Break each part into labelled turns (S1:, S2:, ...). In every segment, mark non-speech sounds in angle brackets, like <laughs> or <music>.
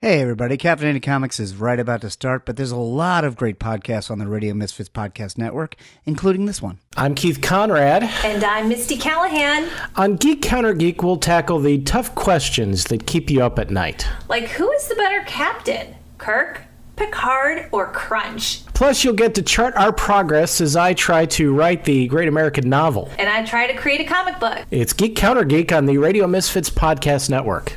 S1: Hey everybody, Caffeinated Comics is right about to start, but there's a lot of great podcasts on the Radio Misfits Podcast Network, including this one.
S2: I'm Keith Conrad.
S3: And I'm Misty Callahan.
S2: On Geek Counter Geek, we'll tackle the tough questions that keep you up at night.
S3: Like, who is the better captain? Kirk, Picard, or Crunch?
S2: Plus, you'll get to chart our progress as I try to write the great American novel.
S3: And I try to create a comic book.
S2: It's Geek Counter Geek on the Radio Misfits Podcast Network.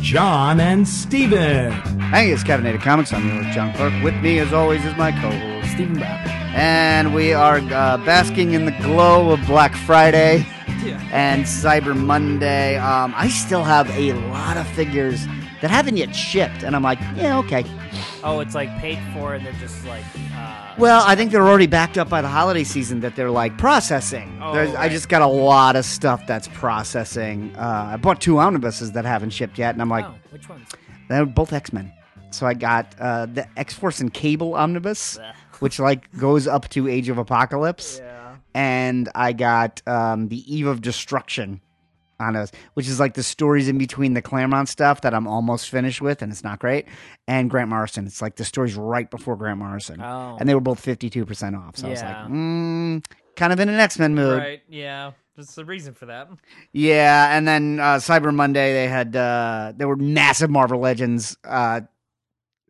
S4: John and Steven.
S1: Hey, it's Caffeinated Comics. I'm your host, John Clark. With me, as always, is my co-host, Stephen Brown. And we are uh, basking in the glow of Black Friday and Cyber Monday. Um, I still have a lot of figures that haven't yet shipped, and I'm like, yeah, okay.
S5: Oh, it's like paid for, and they're just like. Uh,
S1: Well, I think they're already backed up by the holiday season that they're like processing.
S5: Oh,
S1: There's, I
S5: right.
S1: just got a lot of stuff that's processing. Uh, I bought two omnibuses that haven't shipped yet, and I'm like,
S5: oh, which ones?
S1: they're both X Men. So I got uh, the X Force and Cable omnibus, which like goes up to Age of Apocalypse,
S5: Yeah.
S1: and I got um, the Eve of Destruction on us, which is like the stories in between the Claremont stuff that I'm almost finished with, and it's not great. And Grant Morrison, it's like the stories right before Grant Morrison,
S5: Oh.
S1: and they were both 52 percent off. So I was like,
S5: Yeah.
S1: mm, kind of in an X Men mood.
S5: Right. Yeah. There's a reason
S1: <laughs>
S5: for that. <laughs>
S1: Yeah, and then uh, Cyber Monday they had uh, there were massive Marvel Legends uh,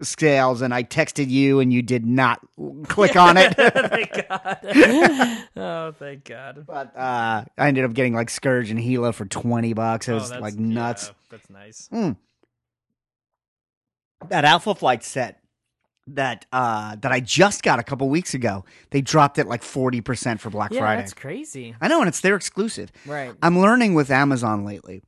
S1: scales, and I texted you, and you did not click on
S5: <laughs>
S1: it. <laughs>
S5: thank God. <laughs> oh, thank God.
S1: but uh, I ended up getting like Scourge and Gila for twenty bucks. It
S5: oh,
S1: was
S5: that's-
S1: like nuts.
S5: yeah, that's nice.
S1: That Alpha Flight set that uh, that I just got a couple weeks ago, they dropped it like forty percent for Black
S5: Yeah,
S1: Friday.
S5: that's crazy.
S1: I know, and it's their exclusive. <laughs>
S5: Right.
S1: I'm learning with Amazon lately.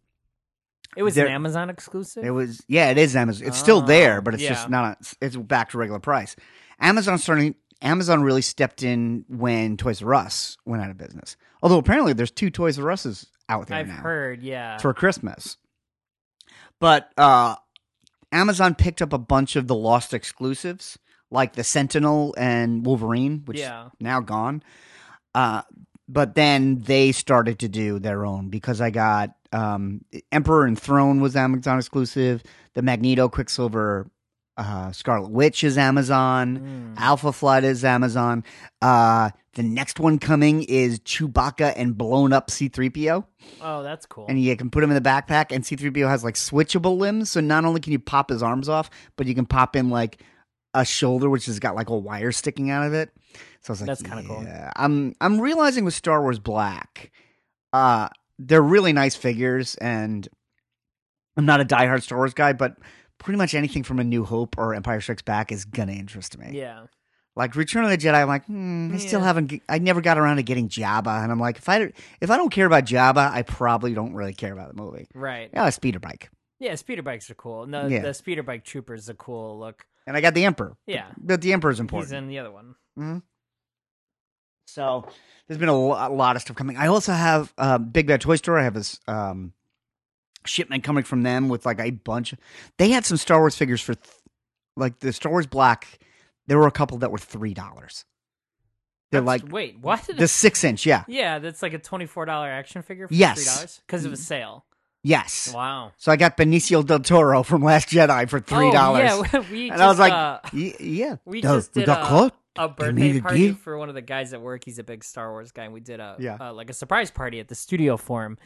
S5: It was
S1: there-
S5: an Amazon exclusive.
S1: It was yeah, it is Amazon. It's still there,
S5: Oh,
S1: but it's
S5: yeah.
S1: just not. It's back to regular price. Amazon starting. Amazon really stepped in when Toys R Us went out of business. Although apparently there's two Toys R Us's out there
S5: I've
S1: now
S5: heard. Yeah.
S1: for Christmas. But uh, Amazon picked up a bunch of the lost exclusives, like the Sentinel and Wolverine, which
S5: Yeah.
S1: is now gone. Uh, but then they started to do their own because I got um, Emperor and Throne was Amazon exclusive. The Magneto, Quicksilver, uh, Scarlet Witch is
S5: Hmm.
S1: Amazon. Alpha Flight is Amazon. Uh, the next one coming is Chewbacca and blown up C3PO
S5: oh, that's cool.
S1: and you can put him in the backpack. And C3PO has like switchable limbs, so not only can you pop his arms off, but you can pop in like a shoulder, which has got like a wire sticking out of it. So I was like,
S5: That's kinda cool.
S1: "Yeah." I'm I'm realizing with Star Wars Black, uh, they're really nice figures, and I'm not a diehard Star Wars guy, but pretty much anything from A New Hope or Empire Strikes Back is gonna interest me.
S5: yeah.
S1: Like Return of the Jedi, I'm like, hmm, I still
S5: Yeah.
S1: haven't. g- I never got around to getting Jabba, and I'm like, if I if I don't care about Jabba, I probably don't really care about the movie. Oh,
S5: Right.
S1: Yeah, a speeder bike,
S5: Yeah. Speeder bikes are cool. No,
S1: Yeah.
S5: the speeder bike trooper is a cool look.
S1: and I got the Emperor,
S5: Yeah.
S1: but the Emperor's
S5: He's
S1: important.
S5: in the other one.
S1: so there's been a lo- a lot of stuff coming. I also have uh, Big Bad Toy Store. I have this um, shipment coming from them with like a bunch. They had some Star Wars figures for th- like the Star Wars Black. There were a couple that were three dollars. They're
S5: That's-
S1: like
S5: wait, what?
S1: the six inch. Yeah.
S5: yeah, that's like a twenty-four dollar action figure for
S1: Yes. Mm.
S5: three dollars because of a sale.
S1: Yes.
S5: Wow.
S1: So I got Benicio del Toro from Last Jedi for three dollars.
S5: Oh, yeah, <laughs> we
S1: and
S5: just,
S1: I was like,
S5: uh,
S1: "Y- yeah,
S5: we
S1: duh,
S5: just did
S1: duh,
S5: a,
S1: cut.
S5: a
S1: You
S5: birthday
S1: mean
S5: party
S1: again?"
S5: for one of the guys at work. He's a big Star Wars guy. And we did a
S1: Yeah.
S5: uh, like a surprise party at the studio for him,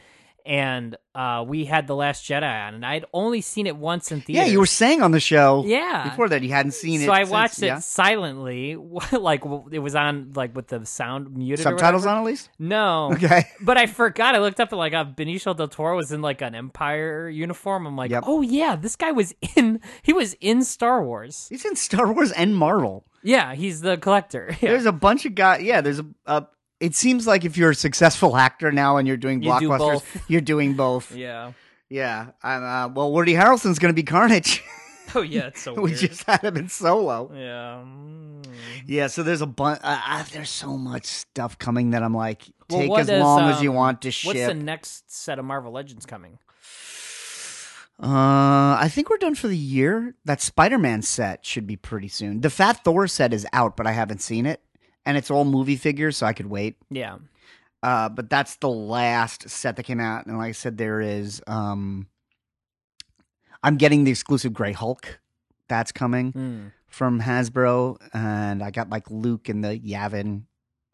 S5: and uh, we had The Last Jedi on, and I'd only seen it once in
S1: Yeah,
S5: theater.
S1: you were saying on the show.
S5: Yeah.
S1: Before that, you hadn't seen it.
S5: so I
S1: since,
S5: watched it
S1: yeah?
S5: silently, <laughs> like w- it was on like with the sound muted. or
S1: Subtitles
S5: whatever.
S1: on at least.
S5: No.
S1: Okay. <laughs>
S5: But I forgot. I looked up and like uh, Benicio del Toro was in like an Empire uniform. I'm like,
S1: Yep.
S5: oh yeah, this guy was in. He was in Star Wars.
S1: He's in Star Wars and Marvel.
S5: Yeah, he's the collector. <laughs> Yeah.
S1: There's a bunch of guys. Yeah, there's a. Uh, it seems like if you're a successful actor now and you're doing
S5: You do
S1: blockbusters,
S5: both.
S1: you're doing both.
S5: <laughs> yeah.
S1: Yeah. I'm, uh, well, Woody Harrelson's going to be Carnage. <laughs>
S5: <laughs> Oh yeah, it's so
S1: we
S5: weird.
S1: just had him in solo.
S5: Yeah. mm.
S1: Yeah. So there's a bunch. Uh, uh, there's so much stuff coming that I'm like,
S5: Well,
S1: take
S5: what
S1: as
S5: is,
S1: long as you
S5: um,
S1: want to
S5: What's the
S1: ship.
S5: next set of Marvel Legends coming?
S1: uh, I think we're done for the year. That Spider-Man set should be pretty soon. The Fat Thor set is out, but I haven't seen it, and it's all movie figures, so I could wait.
S5: Yeah.
S1: Uh, but that's the last set that came out, and like I said, there is. Um, I'm getting the exclusive Gray Hulk. That's coming
S5: Mm.
S1: from Hasbro, and I got like Luke and the Yavin,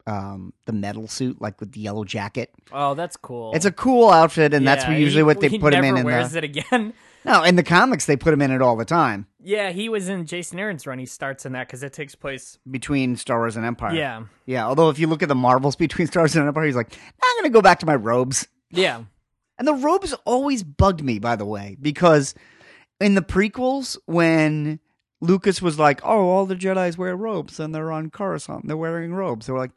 S1: um, the metal suit, like with the yellow jacket.
S5: Oh, that's cool.
S1: It's a <laughs> cool outfit, and that's
S5: Yeah,
S1: what- usually
S5: he-
S1: what they
S5: <laughs> he
S1: put him in.
S5: never
S1: In
S5: Wears
S1: the,
S5: it again. <laughs>
S1: no, in the comics they put him in it all the time
S5: Yeah, he was in Jason Aaron's run. He starts in that because it takes place.
S1: between Star Wars and Empire.
S5: Yeah,
S1: yeah. Although if you look at the Marvels <laughs> between Star Wars and Empire, he's like, I'm gonna go back to my robes.
S5: yeah,
S1: <laughs> And the robes always bugged me, by the way, because in the prequels, when Lucas was like, "Oh, all the Jedi's wear robes, and they're on Coruscant, they're wearing robes," they were like,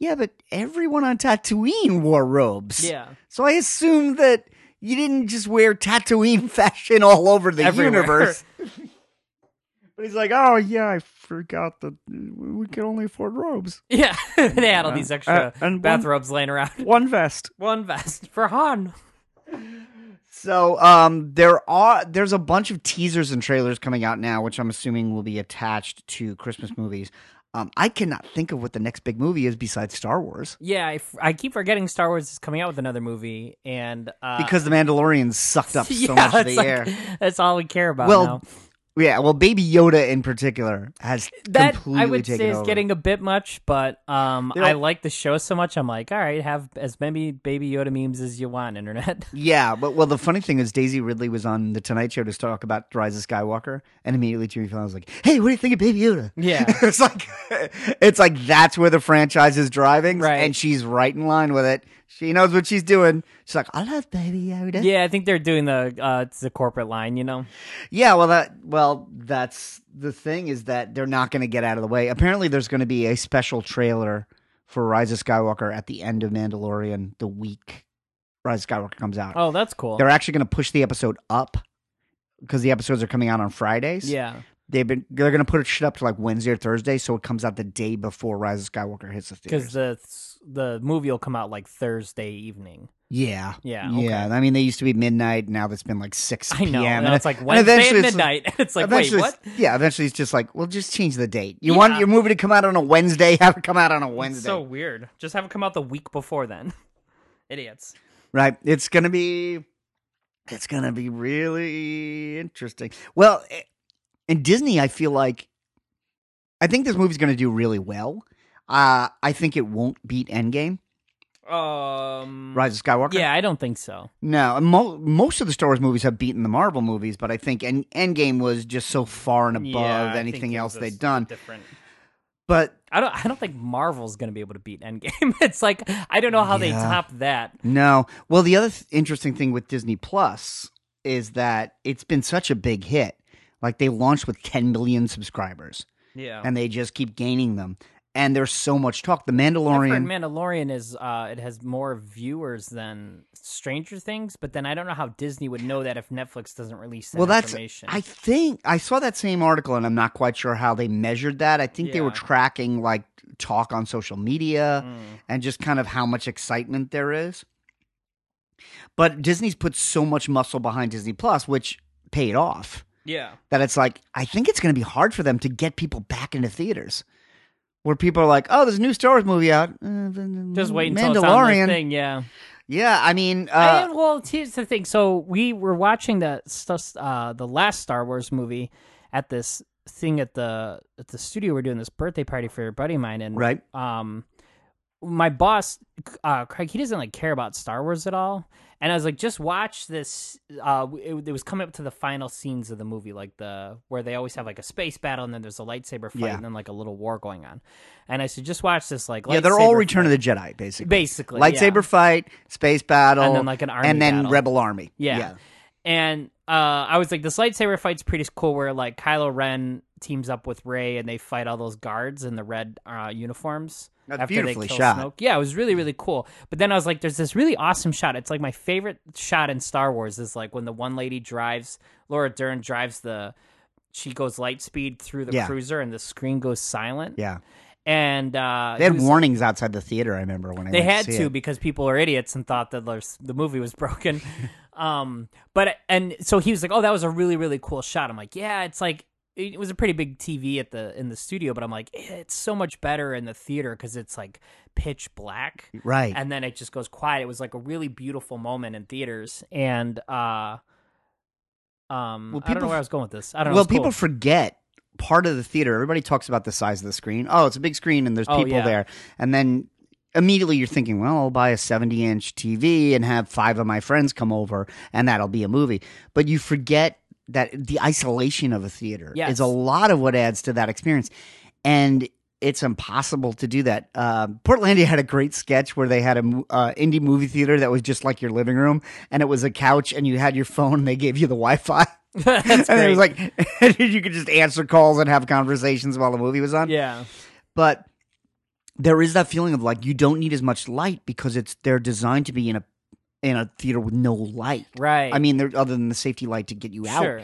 S1: "Yeah, but everyone on Tatooine wore robes."
S5: yeah. <laughs>
S1: So I assumed that you didn't just wear Tatooine <laughs> fashion all over the
S5: Everywhere. <laughs>
S1: universe. But he's like, "Oh yeah, I forgot that we could only afford
S5: <laughs>
S1: robes.
S5: Yeah, they had all these extra
S1: uh, and one-
S5: bathrobes laying around. <laughs>
S1: One vest."
S5: One vest for Han.
S1: So um, there are there's a bunch of teasers and trailers coming out now, which I'm assuming will be attached to
S5: Mm-hmm.
S1: Christmas movies. Um, I cannot think of what the next big movie is besides Star Wars
S5: Yeah, I, f- I keep forgetting Star Wars is coming out with another movie, and uh,
S1: because The Mandalorian sucked
S5: <laughs>
S1: up so much of
S5: it's
S1: the
S5: like-
S1: air.
S5: <laughs> That's all we care about.
S1: Well,
S5: now.
S1: Yeah, well, Baby Yoda in particular has
S5: that
S1: completely
S5: I would
S1: taken
S5: say is
S1: over.
S5: getting a bit much, but um,
S1: They're
S5: I
S1: all-
S5: like the show so much. I'm like, all right, have as many Baby Yoda memes as you want, internet. <laughs>
S1: Yeah, but well, the funny thing is Daisy Ridley was on the Tonight Show to talk about Rise of Skywalker, and immediately Jimmy Fallon was like, "Hey, what do you think of Baby Yoda?"
S5: Yeah.
S1: <laughs> it's like, it's like that's where the franchise is driving,
S5: Right.
S1: And she's right in line with it. She knows what she's doing. She's like, "I love Baby Yoda."
S5: yeah, I think they're doing the uh, it's the corporate line, you know.
S1: Yeah, well, that well, that's the thing is that they're not going to get out of the way. Apparently, there's going to be a special trailer for Rise of Skywalker at the end of Mandalorian the week Rise of Skywalker comes out.
S5: Oh, that's cool.
S1: They're actually going to push the episode up because the episodes are coming out on Fridays.
S5: Yeah.
S1: they've been they're going to put shit up to like Wednesday or Thursday, so it comes out the day before Rise of Skywalker hits the
S5: because
S1: theaters.
S5: the the movie will come out like Thursday evening.
S1: yeah,
S5: Yeah,
S1: yeah. I mean, they used to be midnight. Now that's been like six
S5: I know,
S1: p.m.
S5: and
S1: <laughs>
S5: it's like Wednesday at
S1: eventually it's-
S5: midnight. <laughs> It's, like, wait,
S1: eventually,
S5: what?
S1: it's- yeah. Eventually, it's just like, well, just change the date. You want
S5: Yeah.
S1: your movie to come out on a Wednesday? <laughs> Have it come out on a Wednesday,
S5: So weird. Just have it come out the week before then. <laughs> Idiots.
S1: right? It's gonna be, it's gonna be really interesting. Well, eh, in Disney, I feel like, I think this movie's gonna do really well. Uh, I think it won't beat Endgame,
S5: Um.
S1: Rise of Skywalker.
S5: Yeah, I don't think so.
S1: No, mo- most of the Star Wars movies have beaten the Marvel movies, but I think End- Endgame was just so far and above
S5: Yeah, I think
S1: anything
S5: it
S1: else
S5: was
S1: they'd done.
S5: Different.
S1: But
S5: I don't. I don't think Marvel's gonna be able to beat Endgame. <laughs> It's like I don't know how they
S1: Yeah.
S5: top that.
S1: No. Well, the other th- interesting thing with Disney Plus is that it's been such a big hit. Like they launched with 10 million subscribers
S5: Yeah.
S1: and they just keep gaining them. And there's so much talk. The
S5: I've
S1: Mandalorian.
S5: heard Mandalorian is uh, it has more viewers than Stranger Things, but then I don't know how Disney would know that if Netflix doesn't release that
S1: well, that's.
S5: information.
S1: I think I saw that same article and I'm not quite sure how they measured that. I think they were
S5: Yeah.
S1: tracking like talk on social media
S5: Mm.
S1: and just kind of how much excitement there is. But Disney's put so much muscle behind Disney Plus, which paid off.
S5: yeah.
S1: that it's like I think it's going to be hard for them to get people back into theaters, where people are like, "Oh, there's a new Star Wars movie out." Uh,
S5: Just wait until it's on their
S1: Mandalorian.
S5: thing, yeah.
S1: yeah, I mean,
S5: I
S1: uh,
S5: am- well, here's the thing. So we were watching the stuff, uh, the last Star Wars movie at this thing at the at the studio. We're doing this birthday party for a buddy of mine, and
S1: right?
S5: um, my boss, uh, Craig, he doesn't like care about Star Wars at all. And I was like, just watch this. Uh, it, it was coming up to the final scenes of the movie, like the where they always have like a space battle, and then there's a lightsaber fight,
S1: Yeah.
S5: and then like a little war going on. And I said, just watch this. Like,
S1: Yeah, they're all
S5: lightsaber
S1: Return
S5: fight.
S1: of the Jedi, basically.
S5: basically yeah.
S1: Lightsaber fight, space battle,
S5: And then, like, an army
S1: and then
S5: battle.
S1: rebel army.
S5: Yeah. And uh, I was like, this lightsaber fight's pretty cool where like Kylo Ren teams up with Rey and they fight all those guards in the red uh, uniforms.
S1: That's
S5: after
S1: beautifully
S5: they kill
S1: shot.
S5: Snoke. Yeah, it was really really cool. But then I was like, there's this really awesome shot. It's like my favorite shot in Star Wars is like when the one lady drives Laura Dern drives the she goes light speed through the
S1: Yeah.
S5: cruiser and the screen goes silent.
S1: Yeah,
S5: And uh,
S1: they had
S5: it was-
S1: warnings outside the theater. I remember when I
S5: they
S1: went
S5: had
S1: to,
S5: to
S1: see it.
S5: because people are idiots and thought that there's- the movie was
S1: <laughs>
S5: <laughs> broken. um, but and so he was like, "Oh, that was a really really cool shot." I'm like, "Yeah, it's like it was a pretty big TV at the in the studio, but I'm like, it's so much better in the theater because it's like pitch black,
S1: Right.
S5: And then it just goes quiet. It was like a really beautiful moment in theaters, and uh, um,
S1: Well,
S5: I don't
S1: people-
S5: know where I was going with this. I don't know.
S1: well,
S5: It's cool.
S1: people forget part of the theater. Everybody talks about the size of the screen. Oh, it's a big screen and there's
S5: Oh,
S1: people
S5: yeah.
S1: there. And then immediately you're thinking, well, I'll buy a 70 inch TV and have five of my friends come over and that'll be a movie. But you forget that the isolation of a theater
S5: Yes.
S1: is a lot of what adds to that experience. And it's impossible to do that. Uh, Portlandia had a great sketch where they had an uh, indie movie theater that was just like your living room, and it was a couch, and you had your phone, and they gave you the Wi <laughs> Fi.
S5: <laughs>
S1: and it was like <laughs> you could just answer calls and have conversations while the movie was on.
S5: yeah,
S1: But there is that feeling of like you don't need as much light because it's they're designed to be in a in a theater with no light.
S5: right.
S1: I mean, there other than the safety light to get you out
S5: sure.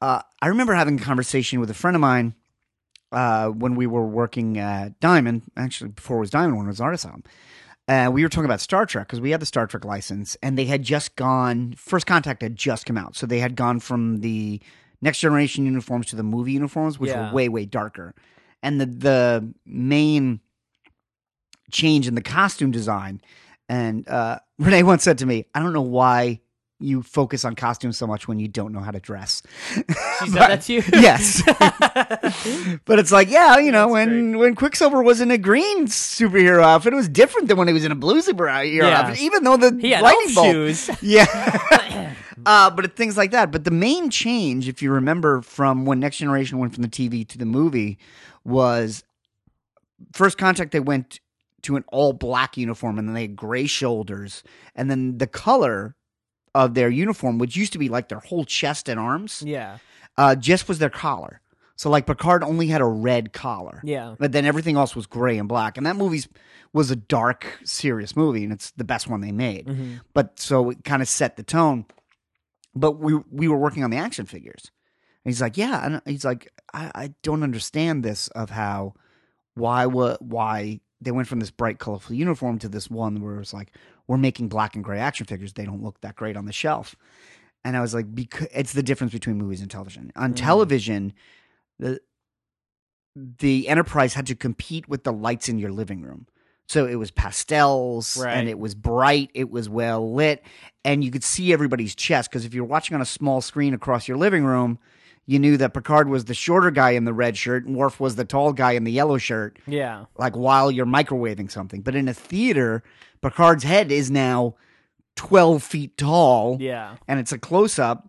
S1: uh, I remember having a conversation with a friend of mine uh, when we were working at Diamond, actually before it was Diamond, when it was Artist Home. Uh, we were talking about Star Trek because we had the Star Trek license, and they had just gone. First Contact had just come out, so they had gone from the Next Generation uniforms to the movie uniforms, which
S5: Yeah.
S1: were way way darker. And the the main change in the costume design, and uh, <laughs> Renee once said to me, "I don't know why." You focus on costumes so much when you don't know how to dress. <laughs>
S5: She said
S1: But- <laughs>
S5: that to you.
S1: yes but it's like yeah you know
S5: That's
S1: when when quicksilver was in a green superhero outfit it was different than when he was in a blue superhero
S5: Yeah.
S1: outfit even though the
S5: <laughs> he had
S1: lightning
S5: elf
S1: bolt
S5: shoes. <laughs>
S1: yeah <laughs> uh, but it, things like that but the main change if you remember from when next generation went from the tv to the movie was first contact they went to an all black uniform and then they had gray shoulders and then the color of their uniform which used to be like their whole chest and arms
S5: Yeah,
S1: uh, just was their collar. So like Picard only had a red collar.
S5: yeah.
S1: But then everything else was gray and black. And that movie's was a dark, serious movie, and it's the best one they made. But so it kind of set the tone. But we we were working on the action figures. And he's like, yeah. And he's like, I, I don't understand this of how why what why they went from this bright, colorful uniform to this one where it's like we're making black and gray action figures. They don't look that great on the shelf. And I was like, because it's the difference between movies and television. On
S5: Mm.
S1: television, the the Enterprise had to compete with the lights in your living room. So it was pastels
S5: Right.
S1: and it was bright, it was well lit, and you could see everybody's chest. Because if you're watching on a small screen across your living room, you knew that Picard was the shorter guy in the red shirt, and Worf was the tall guy in the yellow shirt,
S5: Yeah.
S1: like while you're microwaving something. But in a theater, Picard's head is now 12 feet tall
S5: Yeah.
S1: and it's a close up.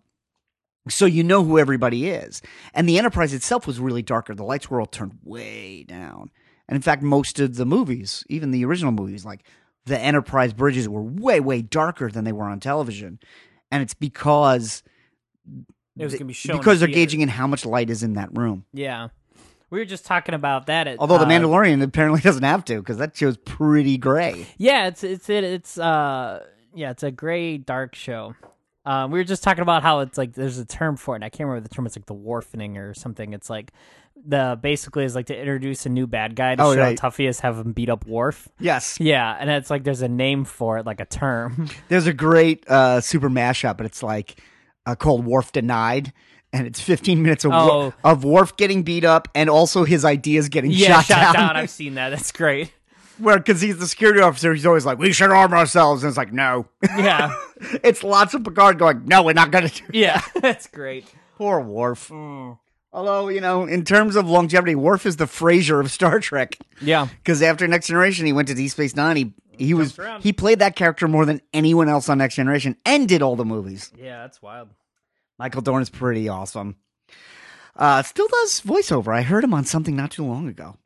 S1: So you know who everybody is. And the Enterprise itself was really darker. The lights were all turned way down. And in fact, most of the movies, even the original movies, like the Enterprise bridges were way, way darker than they were on television. And it's because
S5: It was
S1: th-
S5: gonna be shown
S1: because they're
S5: in theaters.
S1: gauging in how much light is in that room.
S5: Yeah. We were just talking about that at
S1: Although the
S5: uh,
S1: Mandalorian apparently <laughs> doesn't have to because that show's pretty gray.
S5: Yeah, it's it's it, it's uh yeah, it's a gray dark show. Uh, we were just talking about how it's like there's a term for it. And I can't remember the term. It's like the warfening or something. It's like the basically is like to introduce a new bad guy to
S1: Oh,
S5: show
S1: right.
S5: how tough he is, have him beat up Worf.
S1: Yes,
S5: Yeah, and it's like there's a name for it, like a term.
S1: <laughs>
S5: <laughs>
S1: There's a great uh, super mashup, and it's like uh, called Worf Denied. And it's 15 minutes of, Worf,
S5: Oh.
S1: of Worf getting beat up and also his ideas getting
S5: yeah,
S1: shot, down.
S5: I've seen that. That's great.
S1: <laughs> Where, because he's the security officer, he's always like, we should arm ourselves. And it's like, no. <laughs>
S5: Yeah,
S1: it's lots of Picard going, no, we're not going to do it.
S5: yeah, <laughs> that's great.
S1: Poor Worf. Although, you know, in terms of longevity, Worf is the Frasier of Star Trek.
S5: Yeah,
S1: Because after Next Generation, he went to Deep Space Nine. He, he was he played that character more than anyone else on Next Generation and did all the movies.
S5: yeah, that's wild.
S1: Michael Dorn is pretty awesome. Uh, still does voiceover. I heard him on something not too long ago.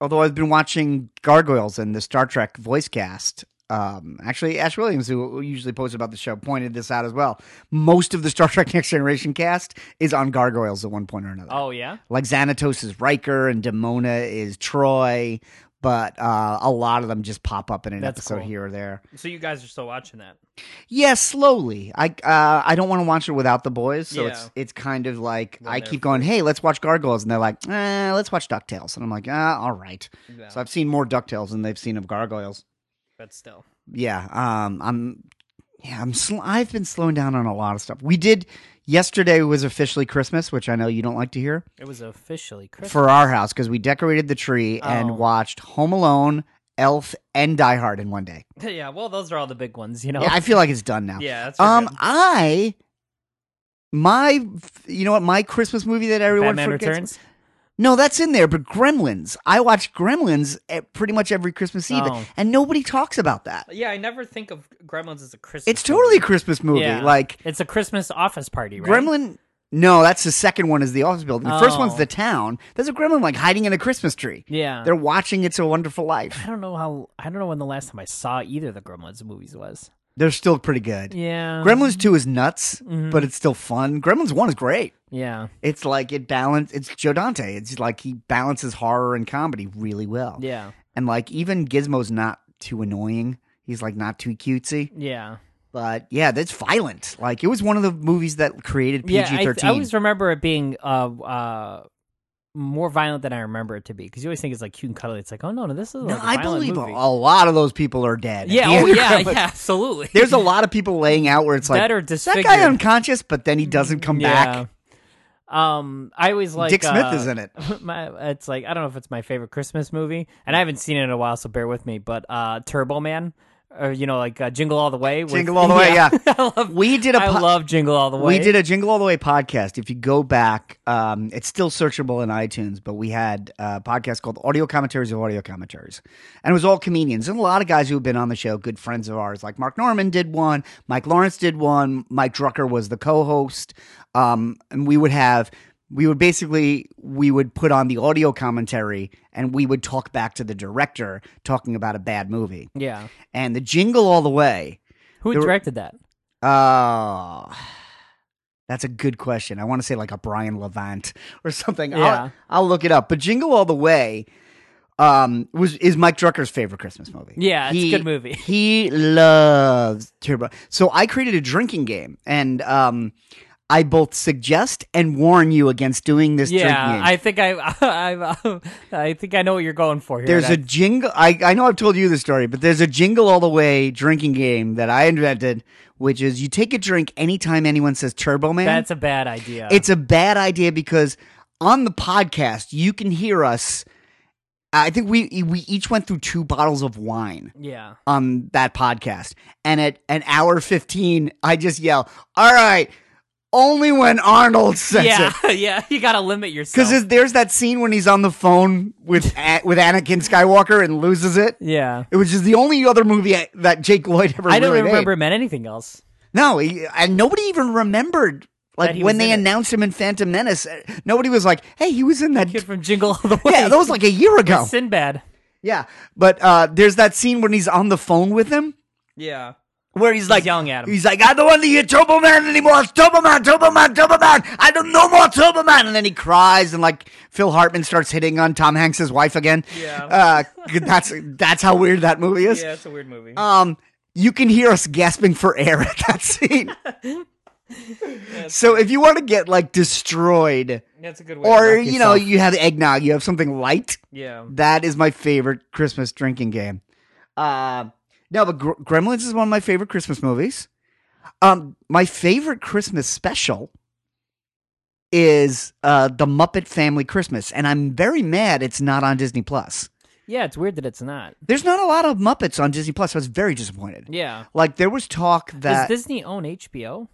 S1: Although I've been watching Gargoyles and the Star Trek voice cast. Um, actually, Ash Williams, who usually posts about the show, pointed this out as well. Most of the Star Trek <laughs> Next Generation cast is on Gargoyles at one point or another.
S5: Oh yeah,
S1: Like Xanatos is Riker and Demona is Troy. but uh, a lot of them just pop up in an
S5: That's
S1: episode
S5: cool.
S1: here or there.
S5: So you guys are still watching that?
S1: Yeah, slowly. I uh, I don't want to watch it without the boys, so
S5: Yeah.
S1: it's it's kind of like
S5: They're
S1: I
S5: there
S1: keep going. Hey, let's watch Gargoyles, and they're like, eh, let's watch Ducktales, and I'm like, ah, all right.
S5: Yeah.
S1: So I've seen more Ducktales than they've seen of Gargoyles.
S5: but still,
S1: Yeah, um, I'm. Yeah, I'm. Sl- I've been slowing down on a lot of stuff. We did yesterday was officially Christmas, which I know you don't like to hear
S5: it was officially Christmas.
S1: for our house because we decorated the tree
S5: Oh.
S1: and watched Home Alone, Elf, and Die Hard in one day.
S5: <laughs> yeah, well, those are all the big ones, you know.
S1: Yeah, I feel like it's done now.
S5: Yeah, that's
S1: Um,
S5: good.
S1: I my you know what my Christmas movie that everyone
S5: Batman
S1: forgets.
S5: Returns.
S1: No, that's in there, but Gremlins. I watch Gremlins at pretty much every Christmas Eve,
S5: Oh.
S1: and nobody talks about that.
S5: Yeah, I never think of Gremlins as a Christmas.
S1: It's totally a
S5: movie.
S1: Christmas movie.
S5: Yeah.
S1: Like
S5: it's a Christmas office party, right?
S1: Gremlin. No, that's the second one is the office building. The first one's
S5: Oh.
S1: the town. There's a gremlin like hiding in a Christmas tree.
S5: Yeah.
S1: They're watching It's a Wonderful
S5: I
S1: Life.
S5: don't know how. I don't know when the last time I saw either of the Gremlins movies was.
S1: They're still pretty good.
S5: Yeah. Mm-hmm.
S1: Gremlins 2 is nuts, but it's still fun. Gremlins 1 is great.
S5: Yeah.
S1: It's like it balance. It's Joe Dante. It's like he balances horror and comedy really well.
S5: Yeah.
S1: and like even Gizmo's not too annoying. He's like not too cutesy,
S5: Yeah.
S1: but yeah, that's violent. Like it was one of the movies that created PG
S5: Yeah. I,
S1: thirteen.
S5: I always remember it being uh uh more violent than I remember it to be because you always think it's like cute and cuddly. It's like, oh no, no, this is
S1: no,
S5: like, a
S1: I
S5: violent
S1: believe
S5: movie.
S1: a lot of those people are dead. <laughs> At
S5: Yeah. Oh
S1: the end of
S5: yeah.
S1: Gremlins-
S5: Yeah. Absolutely.
S1: There's a lot of people laying out where it's like
S5: Dead or
S1: that
S5: disfigured."
S1: guy unconscious, but then he doesn't come back.
S5: Um, I always like
S1: Dick Smith
S5: uh,
S1: is in it.
S5: <laughs> My, it's like I don't know if it's my favorite Christmas movie, and I haven't seen it in a while, so bear with me. But uh, Turbo Man, or you know, like uh, Jingle All the Way, with-
S1: Jingle All the
S5: <laughs>
S1: Way, yeah.
S5: I love,
S1: We did a
S5: I
S1: po-
S5: love Jingle All the Way.
S1: We did a Jingle All the Way podcast. If you go back, um, it's still searchable in iTunes, but we had a podcast called Audio Commentaries of Audio Commentaries. And it was all comedians and a lot of guys who have been on the show, good friends of ours, like Mark Norman did one, Mike Lawrence did one, Mike Drucker was the co host. Um, and we would have. We would basically we would put on the audio commentary and we would talk back to the director talking about a bad movie.
S5: Yeah,
S1: And the jingle all the way
S5: who
S1: There were-
S5: directed that?
S1: Oh, that's a good question. I want to say like a Brian Levant <laughs> or something.
S5: Yeah.
S1: I'll, I'll look it up. But Jingle All the Way um, was is Mike Drucker's favorite Christmas movie.
S5: Yeah, it's a good
S1: <laughs>
S5: movie.
S1: He loves Turbo. So I created a drinking game, and um, I both suggest and warn you against doing this.
S5: Yeah,
S1: drinking game.
S5: I think I, <laughs> I, I, think I know what you're going for here.
S1: There's a
S5: That's-
S1: jingle. I, I know I've told you this story, but there's a jingle all the way drinking game that I invented, which is you take a drink anytime anyone says Turbo Man.
S5: that's a bad idea.
S1: It's a bad idea because on the podcast you can hear us. I think we we each went through two bottles of wine <laughs>
S5: yeah.
S1: on that podcast, and at an hour fifteen, I just yell, "All right, only when Arnold says
S5: Yeah,
S1: it."
S5: <laughs> yeah, you gotta limit yourself.
S1: Because there's that scene when he's on the phone with
S5: <laughs>
S1: A- with Anakin Skywalker and loses it.
S5: yeah,
S1: Which is the only other movie I, that Jake Lloyd ever.
S5: I don't
S1: really made.
S5: remember him in anything else.
S1: No, he, and nobody even remembered.
S5: That
S1: Like
S5: he
S1: when
S5: was
S1: they
S5: in it.
S1: announced him in Phantom Menace, uh, nobody was like, "Hey, he was in that."
S5: Kid from Jingle All the
S1: <laughs>
S5: Way.
S1: Yeah, that was like a year ago.
S5: Sinbad.
S1: Yeah, but uh, there's that scene when he's on the phone with him,
S5: Yeah.
S1: where he's like
S5: yelling at him.
S1: He's like, "I don't want to hear Turbo Man anymore. It's Turbo Man, Turbo Man, Turbo Man. I don't know more Turbo Man." And then he cries, and like Phil Hartman starts hitting on Tom Hanks' wife again.
S5: Yeah.
S1: uh, <laughs> that's that's how weird that movie is.
S5: it's a weird movie.
S1: Um, you can hear us gasping for air at that scene. so if you want to get like destroyed,
S5: That's a good way.
S1: or you know, you have eggnog, you have something light.
S5: yeah,
S1: That is my favorite Christmas drinking game. Uh, no, but Gr- Gremlins is one of my favorite Christmas movies. Um, my favorite Christmas special is uh, the Muppet Family Christmas, and I'm very mad it's not on Disney Plus.
S5: yeah. It's weird that it's not.
S1: There's not a lot of Muppets on Disney Plus. So I was very disappointed.
S5: Yeah.
S1: Like there was talk that
S5: Does Disney own HBO?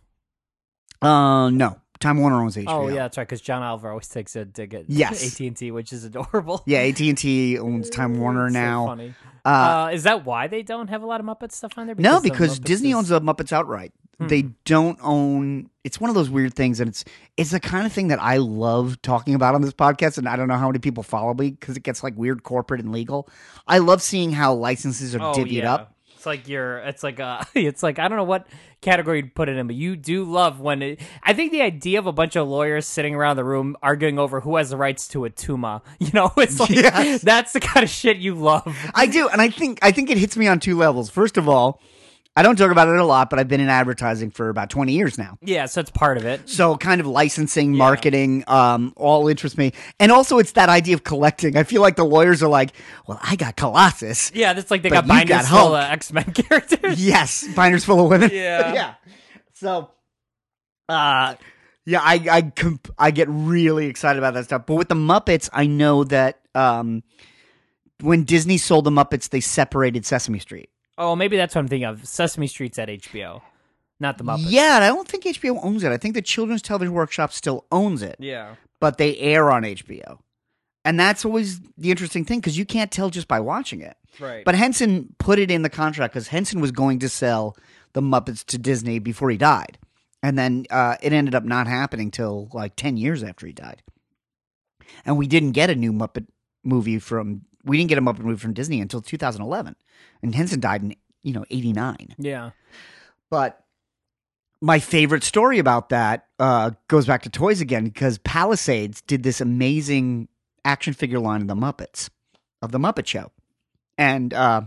S1: uh, no, Time Warner owns HBO.
S5: Oh yeah, that's right. Because John Oliver always takes <laughs> a dig at
S1: Yes.
S5: AT and T, which is adorable.
S1: yeah. AT and T owns Time Warner
S5: It's so
S1: now.
S5: funny.
S1: Uh,
S5: Uh, is that why they don't have a lot of Muppet stuff on there?
S1: no,
S5: the
S1: because
S5: Muppets
S1: Disney
S5: is- Hmm.
S1: owns the Muppets outright. They don't own. It's one of those weird things, and it's it's the kind of thing that I love talking about on this podcast. And I don't know how many people
S5: Oh,
S1: follow me because it gets like weird corporate and legal. I love seeing how licenses are divvied up.
S5: It's like you're. It's like uh. <laughs> It's like I don't know what category you'd put it in, but you do love when it. I think the idea of a bunch of lawyers sitting around the room arguing over who has the rights to a tuma. <laughs> You know, it's like
S1: Yes.
S5: that's the kind of shit you love.
S1: I do, and I think I think it hits me on two levels. First of all, I don't talk about it a lot, but I've been in advertising for about twenty years now.
S5: Yeah, so it's part of it.
S1: So kind of licensing, marketing, um, all interests me. And also it's that idea of collecting. I feel like the lawyers are like, Well, I got
S5: <laughs>
S1: Colossus.
S5: Yeah, that's like they
S1: But
S5: got
S1: you
S5: binders
S1: got
S5: full
S1: Hulk.
S5: of X Men <laughs> characters.
S1: yes, binders full of women. <laughs>
S5: Yeah.
S1: yeah. So uh yeah, I I comp- I get really excited about that stuff. But with the Muppets, I know that um when Disney sold the Muppets, they separated Sesame Street.
S5: Oh, maybe that's what I'm thinking of. Sesame Street's at HBO, not the Muppets.
S1: Yeah, and I don't think HBO owns it. I think the Children's Television Workshop still owns it,
S5: Yeah.
S1: but they air on HBO. And that's always the interesting thing because you can't tell just by watching it.
S5: Right.
S1: But Henson put it in the contract because Henson was going to sell the Muppets to Disney before he died. And then uh, it ended up not happening till like 10 years after he died. And we didn't get a new Muppet movie from, we didn't get a Muppet movie from Disney until 2011. And Henson died in, you know, 89.
S5: yeah.
S1: But my favorite story about that uh, goes back to toys again because Palisades did this amazing action figure line of the Muppets, of the Muppet Show. And uh,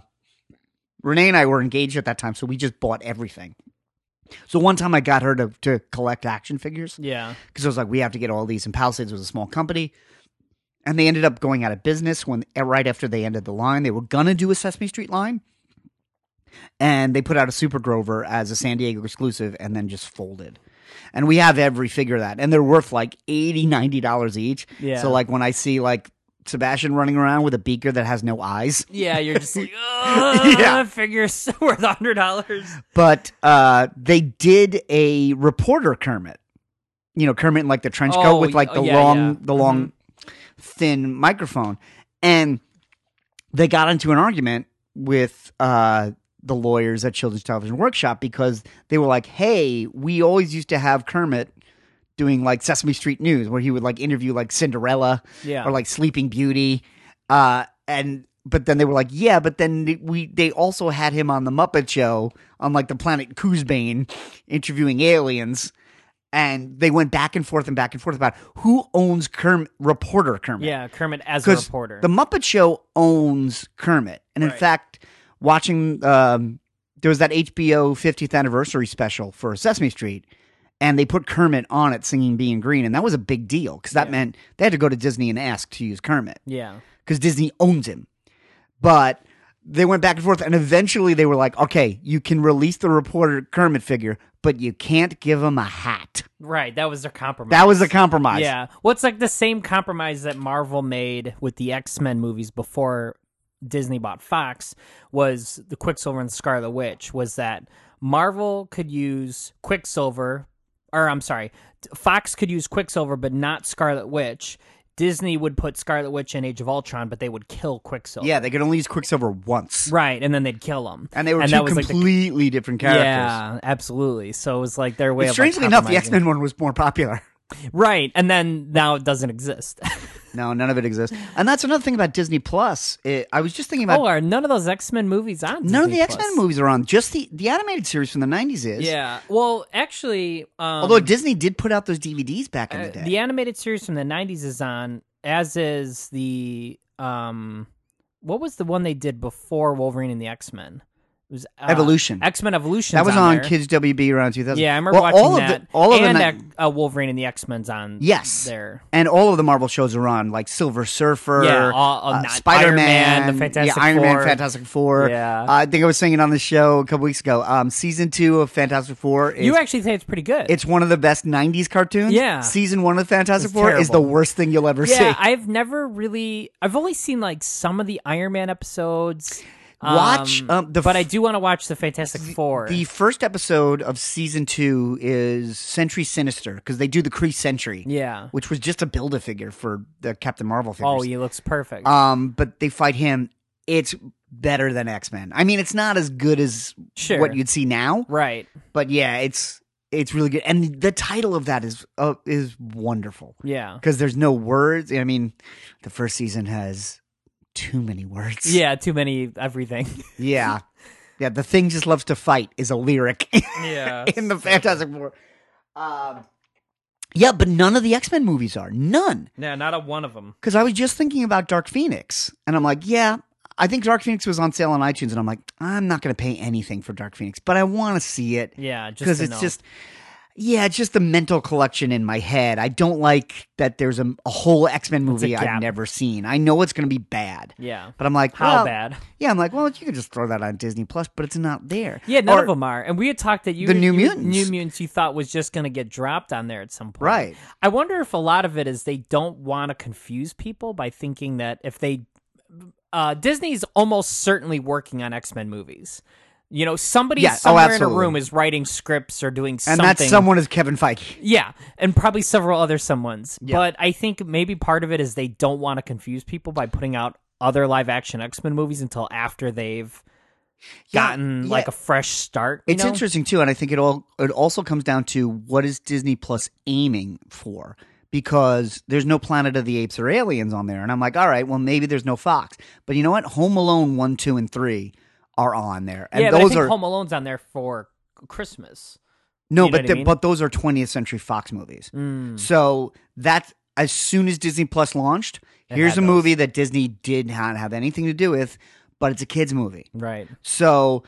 S1: Renee and I were engaged at that time, so we just bought everything. So one time I got her to, to collect action figures
S5: Yeah.
S1: because I was like, we have to get all these. And Palisades was a small company. And they ended up going out of business when eh, right after they ended the line. They were gonna do a Sesame Street line. And they put out a Super Grover as a San Diego exclusive and then just folded. And we have every figure of that. And they're worth like 80 $90 each.
S5: Yeah.
S1: So like when I see like Sebastian running around with a beaker that has no eyes.
S5: Yeah, you're
S1: <laughs>
S5: just like,
S1: Yeah.
S5: yeah, figures <laughs> worth a hundred dollars.
S1: But uh they did a reporter Kermit. You know, Kermit in like the trench coat
S5: Oh,
S1: with like
S5: oh,
S1: the
S5: yeah,
S1: long
S5: yeah. Mm-hmm.
S1: the long thin microphone. And they got into an argument with uh, the lawyers at Children's Television Workshop because they were like, hey, we always used to have Kermit doing like Sesame Street News where he would like interview like Cinderella
S5: Yeah.
S1: or like Sleeping Beauty. Uh, and but then they were like, yeah, but then we they also had him on the Muppet Show on like the planet Coosbane interviewing aliens. And they went back and forth and back and forth about who owns Kermit, reporter Kermit.
S5: Yeah, Kermit as a reporter.
S1: The Muppet Show owns Kermit, and in
S5: Right.
S1: fact, watching um, there was that HBO 50th anniversary special for Sesame Street, and they put Kermit on it singing "Being Green," and that was a big deal because that meant they had to go to Disney and ask to use Kermit
S5: yeah.
S1: because Disney owns him. But they went back and forth, and eventually they were like, "Okay, you can release the reporter Kermit figure, but you can't give him a hat."
S5: Right. That was their compromise.
S1: That was a compromise.
S5: Yeah. Well, it's like the same compromise that Marvel made with the X Men movies before Disney bought Fox was the Quicksilver and Scarlet Witch was that Marvel could use Quicksilver or I'm sorry, Fox could use Quicksilver but not Scarlet Witch. Disney would put Scarlet Witch in Age of Ultron, but they would kill Quicksilver.
S1: yeah, they could only use Quicksilver once.
S5: Right, and then they'd kill him.
S1: and they were two
S5: that was like the-
S1: completely different characters.
S5: Yeah, absolutely. So it was like their way
S1: But
S5: of
S1: strangely
S5: like,
S1: enough, the X Men
S5: compromising.
S1: one was more popular. <laughs>
S5: Right, and then now it doesn't exist.
S1: No, none of it exists, and that's another thing about Disney Plus. It, I was just thinking about
S5: oh, are none of those X Men movies on?
S1: none of
S5: Disney
S1: the X Men
S5: Plus?
S1: movies are on. Just the the animated series from the nineties is.
S5: Yeah. Well, actually, um,
S1: Although Disney did put out those DVDs back in
S5: uh,
S1: the day.
S5: the animated series from the '90s is on, as is the um, what was the one they did before Wolverine and the X Men? It was uh,
S1: Evolution.
S5: X Men Evolution.
S1: that was on,
S5: there.
S1: Kids WB around two thousand.
S5: Yeah, I remember watching
S1: all
S5: that.
S1: Of the, all of
S5: and
S1: the ni-
S5: uh, Wolverine and the X Men's on.
S1: Yes.
S5: there.
S1: and all of the Marvel shows are on, like Silver Surfer,
S5: Yeah, all- all- not-
S1: Spider
S5: Iron Man, the Fantastic
S1: yeah, Iron Man,
S5: Four.
S1: Fantastic Four.
S5: Yeah.
S1: Uh, I think I was singing on the show a couple weeks ago. Um, season two of Fantastic Four. Is
S5: you actually think it's pretty good.
S1: It's one of the best '90s cartoons.
S5: Yeah.
S1: season one of the Fantastic
S5: It's
S1: Four is the
S5: terrible.
S1: worst thing you'll ever
S5: yeah.
S1: see.
S5: I've never really. I've only seen like some of the Iron Man episodes.
S1: Watch, um, the
S5: but
S1: f-
S5: I do want to watch the Fantastic Four.
S1: the first episode of season two is Century Sinister because they do the Kree Century,
S5: yeah.
S1: which was just a build a figure for the Captain Marvel figures.
S5: Oh, he looks perfect.
S1: Um, but they fight him. It's better than X Men. I mean, it's not as good as
S5: Sure.
S1: what you'd see now,
S5: right.
S1: but yeah, it's it's really good. And the title of that is uh, is wonderful.
S5: Yeah.
S1: because there's no words. I mean, the first season has too many words.
S5: Yeah, too many everything.
S1: yeah. Yeah, the thing just loves to fight is a lyric <laughs>
S5: Yeah.
S1: in the Fantastic Four. Um, yeah, but none of the X Men movies are none.
S5: No, not a one of them.
S1: Because I was just thinking about Dark Phoenix, and I'm like, yeah, I think Dark Phoenix was on sale on iTunes, and I'm like, I'm not going to pay anything for Dark Phoenix, but I want to see it
S5: Yeah, just
S1: because
S5: to
S1: it's
S5: know.
S1: just yeah it's just the mental collection in my head i don't like that there's a, a whole x-men movie i've
S5: gap.
S1: never seen i know it's going to be bad
S5: yeah.
S1: but i'm like
S5: How
S1: well-
S5: bad?
S1: yeah i'm like well you could just throw that on disney plus but it's not there
S5: Yeah, none
S1: Or-
S5: of them are. And we had talked that you
S1: The New
S5: you-
S1: Mutants.
S5: New Mutants you thought was just going to get dropped on there at some point.
S1: Right.
S5: I wonder if a lot of it is they don't want to confuse people by thinking that if they uh Disney's almost certainly working on X-Men movies. You know, somebody
S1: Yeah, oh,
S5: somewhere in a
S1: absolutely.
S5: room is writing scripts or doing
S1: and
S5: something.
S1: that someone is kevin feige
S5: Yeah, and probably several other someone's. But I think maybe part of it is they don't want to confuse people by putting out other live action X Men movies until after they've
S1: Yeah,
S5: gotten
S1: yeah.
S5: like a fresh start. you
S1: It's
S5: know?
S1: interesting too, and I think it all it also comes down to what is Disney Plus aiming for because there's no Planet of the Apes or Aliens on there, and I'm like, all right, well maybe there's no Fox, but you know what? Home Alone one, two, and three are on there, and
S5: yeah, but I
S1: those
S5: think
S1: are
S5: Home Alone's on there for Christmas.
S1: no,
S5: you know
S1: but
S5: what I
S1: the-
S5: mean? Hmm.
S1: but those are 20th Century Fox movies. So that's as soon as Disney Plus launched, here's a
S5: had those.
S1: movie that Disney did not have anything to do with, but it's a kids movie.
S5: Right.
S1: So,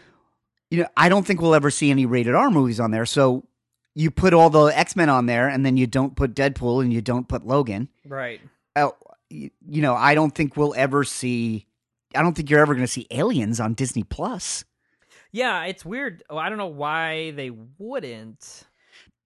S1: you know, I don't think we'll ever see any rated R movies on there. So, you put all the X Men on there, and then you don't put Deadpool and you don't put Logan.
S5: Right.
S1: Oh, y- you know, I don't think we'll ever see. I don't think you're ever going to see Aliens on Disney Plus
S5: Yeah, it's weird. Oh, I don't know why they wouldn't.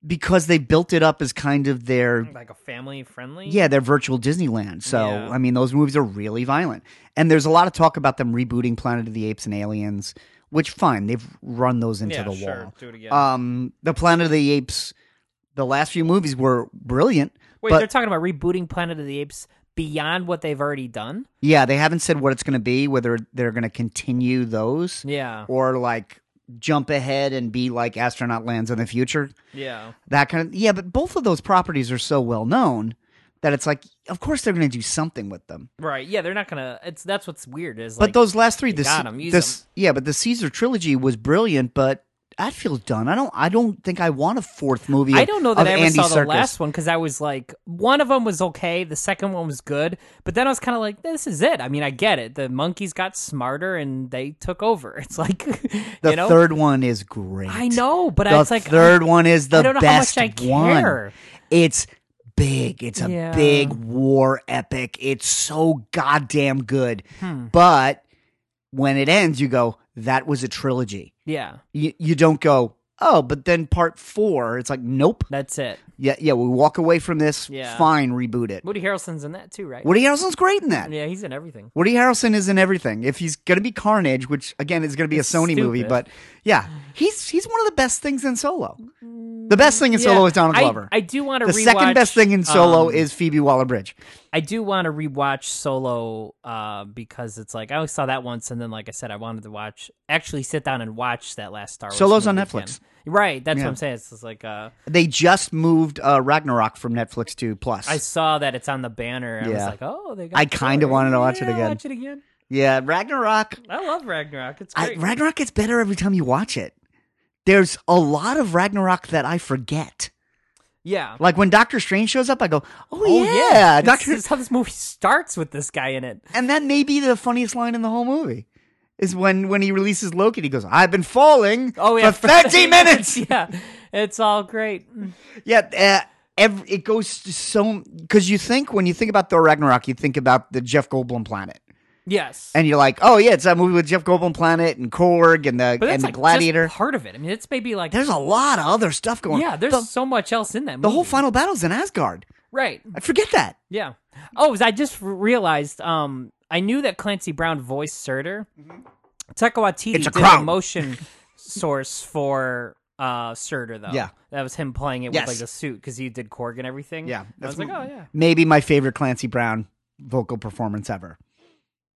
S1: because they built it up as kind of their
S5: Like a family friendly.
S1: Yeah, they're virtual Disneyland. So,
S5: Yeah.
S1: I mean, those movies are really violent. And there's a lot of talk about them rebooting Planet of the Apes and Aliens, which fine, they've run those into
S5: Yeah,
S1: the
S5: sure,
S1: wall.
S5: do it again.
S1: Um, the Planet of the Apes, the last few movies were brilliant.
S5: Wait,
S1: but
S5: they're talking about rebooting Planet of the Apes beyond what they've already done.
S1: yeah, they haven't said what it's going to be, whether they're going to continue those
S5: Yeah.
S1: or like jump ahead and be like astronaut lands in the future.
S5: Yeah.
S1: That kind of yeah, but both of those properties are so well known that it's like, of course they're going to do something with them.
S5: Right. Yeah. They're not gonna. It's that's what's weird is. like,
S1: but those last three,
S5: you
S1: the,
S5: got
S1: Ce-
S5: 'em, use
S1: the Ce- yeah, but the Caesar trilogy was brilliant, but that feels done. I don't, I don't think I want a fourth movie.
S5: I
S1: of-
S5: don't know that
S1: of
S5: I ever
S1: Andy
S5: saw the
S1: Serkis.
S5: last one because I was like, one of them was okay, the second one was good, but then I was kind of like, this is it. I mean, I get it. The monkeys got smarter and they took over. <laughs> It's like,
S1: The
S5: you know,
S1: third one is great.
S5: I know, but
S1: The
S5: it's like
S1: third one is the
S5: I don't know how much
S1: best
S5: I
S1: one.
S5: care.
S1: It's big. It's a
S5: Yeah.
S1: big war epic. It's so goddamn good.
S5: Hmm.
S1: But when it ends, you go, "That was a trilogy."
S5: <laughs> Yeah,
S1: You, you don't go, "Oh, but then part four. It's like, nope.
S5: that's it.
S1: Yeah, yeah. We walk away from this.
S5: Yeah.
S1: Fine, reboot it.
S5: Woody Harrelson's in that too, right?
S1: Woody Harrelson's great in that.
S5: yeah, he's in everything.
S1: Woody Harrelson is in everything. If he's going to be Carnage, which again is going to be
S5: It's
S1: a Sony movie,
S5: stupid.
S1: but yeah, he's he's one of the best things in Solo. The best thing in Solo
S5: Mm, Yeah,
S1: is Donald
S5: I-
S1: Glover.
S5: I, um, do want to.
S1: the second best thing in Solo is Phoebe Waller-Bridge.
S5: I do want to rewatch Solo uh, because it's like I only saw that once, and then like I said, I wanted to watch actually sit down and watch that last Star Wars.
S1: Solo's on
S5: movie
S1: Netflix.
S5: again. right? That's
S1: Yeah.
S5: what I'm saying. It's just like uh,
S1: They just moved uh, Ragnarok from Netflix to Plus.
S5: I saw that it's on the banner. And I was
S1: Yeah.
S5: like, oh, they. Got
S1: I kinda
S5: Solo.
S1: wanted to watch it
S5: Yeah,
S1: again.
S5: Watch it again.
S1: yeah, Ragnarok.
S5: I love Ragnarok. It's
S1: I,
S5: great.
S1: Ragnarok gets better every time you watch it. There's a lot of Ragnarok that I forget.
S5: yeah.
S1: Like when Doctor Strange shows up, I go, "Oh,
S5: Oh
S1: yeah,
S5: yeah, This
S1: Doctor
S5: is how this movie starts with this guy in it.
S1: And that may be the funniest line in the whole movie. Is when when he releases Loki, and he goes, "I've been falling
S5: Oh yeah,
S1: for
S5: <laughs>
S1: thirty minutes."
S5: yeah, it's all great.
S1: Yeah, uh, every, it goes to so because you think when you think about Thor Ragnarok, you think about the Jeff Goldblum planet,
S5: Yes,
S1: and you're like, "Oh yeah, it's that movie with Jeff Goldblum planet and Korg and the
S5: but
S1: and
S5: that's
S1: the
S5: like just
S1: Gladiator."
S5: part of it. I mean, it's maybe like
S1: there's a lot of other stuff going.
S5: yeah,
S1: on.
S5: there's
S1: the,
S5: so much else in that. Movie.
S1: the whole final battle's in Asgard.
S5: right?
S1: I forget that.
S5: Yeah. Oh, I just r- realized. Um, I knew that Clancy Brown voiced Surtur. Taika Waititi
S1: It's a
S5: did a
S1: crown.
S5: motion <laughs> source for uh Surtur though.
S1: Yeah.
S5: that was him playing it
S1: Yes.
S5: with like the suit because he did Korg and everything.
S1: Yeah,
S5: I was
S1: that's
S5: like,
S1: m-
S5: oh yeah,
S1: Maybe my favorite Clancy Brown vocal performance ever.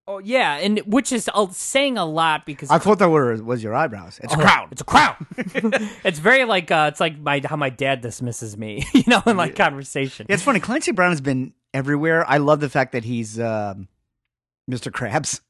S5: oh yeah, and which is uh, saying a lot because
S1: I thought that were, was your eyebrows. It's a
S5: Oh,
S1: crowd.
S5: It's
S1: <laughs>
S5: a crown. <laughs> it's very like uh, it's like my how my dad dismisses me, <laughs> you know, in like conversation.
S1: Yeah, it's funny. Clancy Brown has been everywhere. I love the fact that he's um, Mr. Krabs.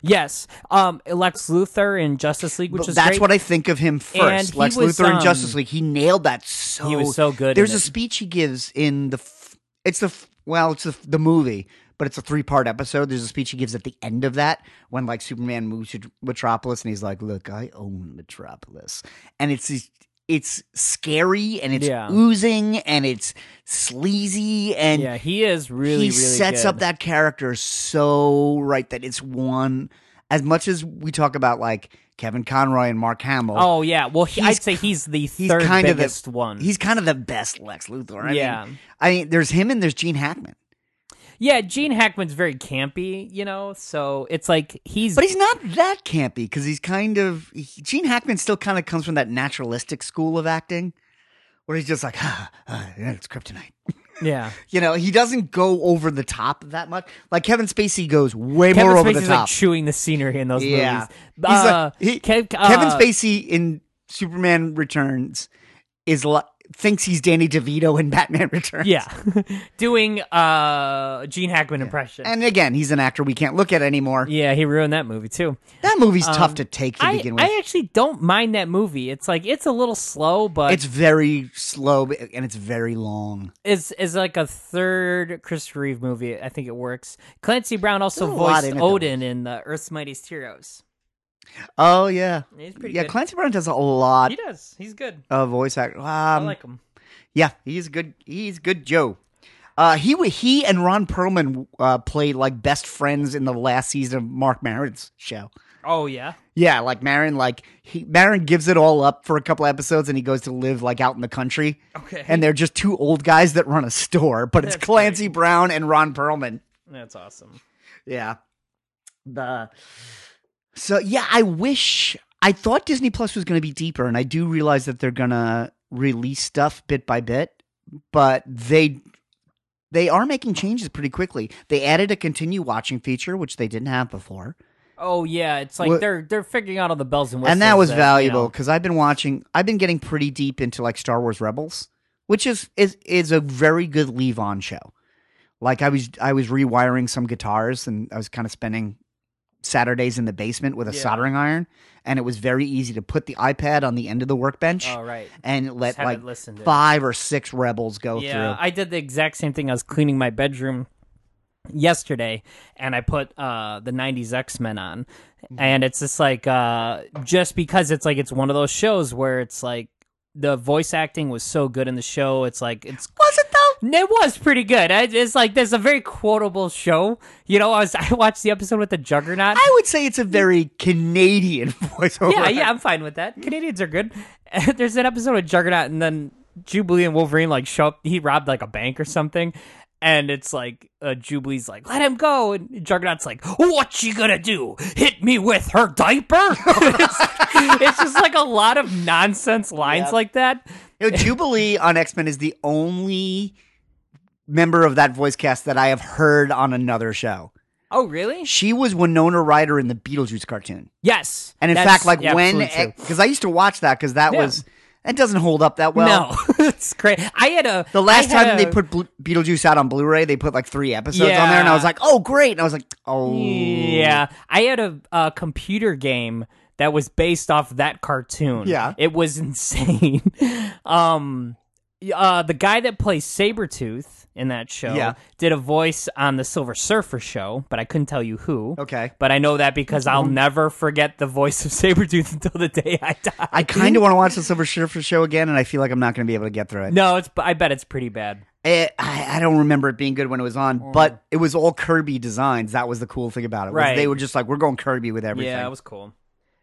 S5: Yes, um, Lex Luthor in Justice League, which
S1: But
S5: is
S1: that's
S5: great.
S1: what I think of him
S5: And
S1: first.
S5: he
S1: Lex
S5: was,
S1: Luthor in Justice
S5: um,
S1: League. He nailed that so.
S5: he was so good in
S1: There's a
S5: it.
S1: speech he gives in the. F- it's the f- well, it's the, f- the movie, but it's a three part episode. There's a speech he gives at the end of that when like Superman moves to Metropolis and he's like, "Look, I own Metropolis," and it's these- it's scary and it's
S5: Yeah.
S1: oozing and it's sleazy and
S5: yeah, he is really
S1: he
S5: really
S1: sets up
S5: good.
S1: that character so right that it's one as much as we talk about like Kevin Conroy and Mark Hamill.
S5: Oh yeah, well he,
S1: He's
S5: I'd say he's the
S1: he's
S5: third
S1: kind of the-
S5: biggest one.
S1: He's kind of the best Lex Luthor. I
S5: Yeah.
S1: mean, I mean, there's him and there's Gene Hackman,
S5: yeah, Gene Hackman's very campy, you know, so it's like he's
S1: but he's not that campy because he's kind of he- Gene Hackman still kind of comes from that naturalistic school of acting, where he's just like, ah, ah, yeah, it's kryptonite.
S5: yeah.
S1: You know, he doesn't go over the top that much. Like Kevin Spacey goes way
S5: Kevin
S1: more
S5: Spacey's
S1: over the top.
S5: like chewing the scenery in those
S1: yeah,
S5: movies.
S1: He's
S5: Uh,
S1: like, he-
S5: Kev- uh,
S1: Kevin Spacey in Superman Returns is li thinks he's Danny DeVito in Batman <laughs> Returns.
S5: Yeah, <laughs> doing uh Gene Hackman impression.
S1: And again, he's an actor we can't look at anymore.
S5: yeah, he ruined that movie too.
S1: That movie's tough to take to
S5: I,
S1: begin with.
S5: I actually don't mind that movie. It's like it's a little slow, but
S1: it's very slow b- and it's very long.
S5: is is like a third Christopher Reeve movie. I think it works. Clancy Brown also
S1: There's a lot
S5: voiced
S1: in it, though.
S5: Odin in the Earth's Mightiest Heroes.
S1: Oh yeah,
S5: He's pretty
S1: yeah.
S5: good.
S1: Clancy Brown does a lot
S5: He does. He's good.
S1: of voice act. Um,
S5: I like him.
S1: yeah, he's good. He's good, Joe. Uh, he wa- he and Ron Perlman uh, played like best friends in the last season of Mark Maron's show.
S5: Oh yeah.
S1: Yeah, like Marin, like he Marin gives it all up for a couple episodes, and he goes to live like out in the country.
S5: Okay.
S1: and they're just two old guys that run a store, but it's
S5: That's
S1: Clancy Brown and Ron Perlman.
S5: That's awesome.
S1: Yeah, the so yeah, I wish I thought Disney Plus was going to be deeper, and I do realize that they're gonna release stuff bit by bit, but they they are making changes pretty quickly. They added a continue watching feature, which they didn't have before.
S5: Oh yeah, it's like
S1: What-
S5: they're they're figuring out all the bells and whistles.
S1: and that was
S5: you
S1: valuable
S5: know.
S1: because I've been watching. I've been getting pretty deep into like Star Wars Rebels, which is is is a very good leave on show. Like I was I was rewiring some guitars and I was kind of spending Saturdays in the basement with a
S5: Yeah.
S1: soldering iron, and it was very easy to put the iPad on the end of the workbench
S5: Oh right.
S1: and let
S5: have it
S1: like
S5: listen to it.
S1: five or six Rebels go
S5: Yeah,
S1: through.
S5: I did the exact same thing. I was cleaning my bedroom yesterday and I put uh the 90s X-Men on.
S1: Mm-hmm.
S5: And it's just like uh just because it's like it's one of those shows where it's like the voice acting was so good in the show. It's like it's
S1: Was it though?
S5: it was pretty good. I- It's like there's a very quotable show. You know, I was <laughs> I watched the episode with the Juggernaut.
S1: I would say it's a very Canadian <laughs>
S5: <laughs>
S1: voiceover.
S5: yeah, yeah, I'm fine with that. Canadians are good. <laughs> There's an episode of Juggernaut, and then Jubilee and Wolverine like show up. He robbed like a bank or something, and it's like uh, Jubilee's like, "Let him go," and Juggernaut's like, "What she gonna do? Hit me with her diaper?" <laughs> it's, it's just like a lot of nonsense lines like that.
S1: <laughs> You know, Jubilee on X Men is the only member of that voice cast that I have heard on another show.
S5: Oh, really?
S1: She was Winona Ryder in the Beetlejuice cartoon,
S5: Yes.
S1: and in
S5: That's
S1: fact, like when
S5: absolutely true.
S1: because I used to watch that because that
S5: Yeah.
S1: was that doesn't hold up that well.
S5: no, <laughs> it's great. I had a
S1: The last
S5: I had
S1: time
S5: a-
S1: they put Blue- Beetlejuice out on Blu-ray, they put like three episodes on there, and I
S5: Yeah.
S1: was like, "Oh, great!" And I was like, "Oh,
S5: Yeah, I had a, a computer game that was based off that cartoon.
S1: Yeah.
S5: it was <laughs> insane. um, y- uh, the guy that plays Sabretooth in that show
S1: Yeah.
S5: did a voice on the Silver Surfer show, but I couldn't tell you who.
S1: okay." Mm-hmm.
S5: But I know that because I'll never forget the voice of <laughs> Sabretooth until the day I die.
S1: I kind of want to watch the Silver Surfer show again, and I feel like I'm not going to be able to get through it.
S5: No, it's. I bet it's pretty bad.
S1: It, Eh, I, I don't remember it being good when it was on,
S5: Mm.
S1: but it was all Kirby designs. That was the cool thing about it. was
S5: Right.
S1: They were just like, we're going Kirby with everything.
S5: Yeah, it was cool.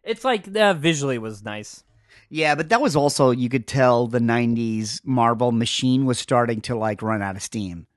S5: It's like uh, visually was nice.
S1: Yeah, but that was also, you could tell the 90s Marvel machine was starting to like run out of steam.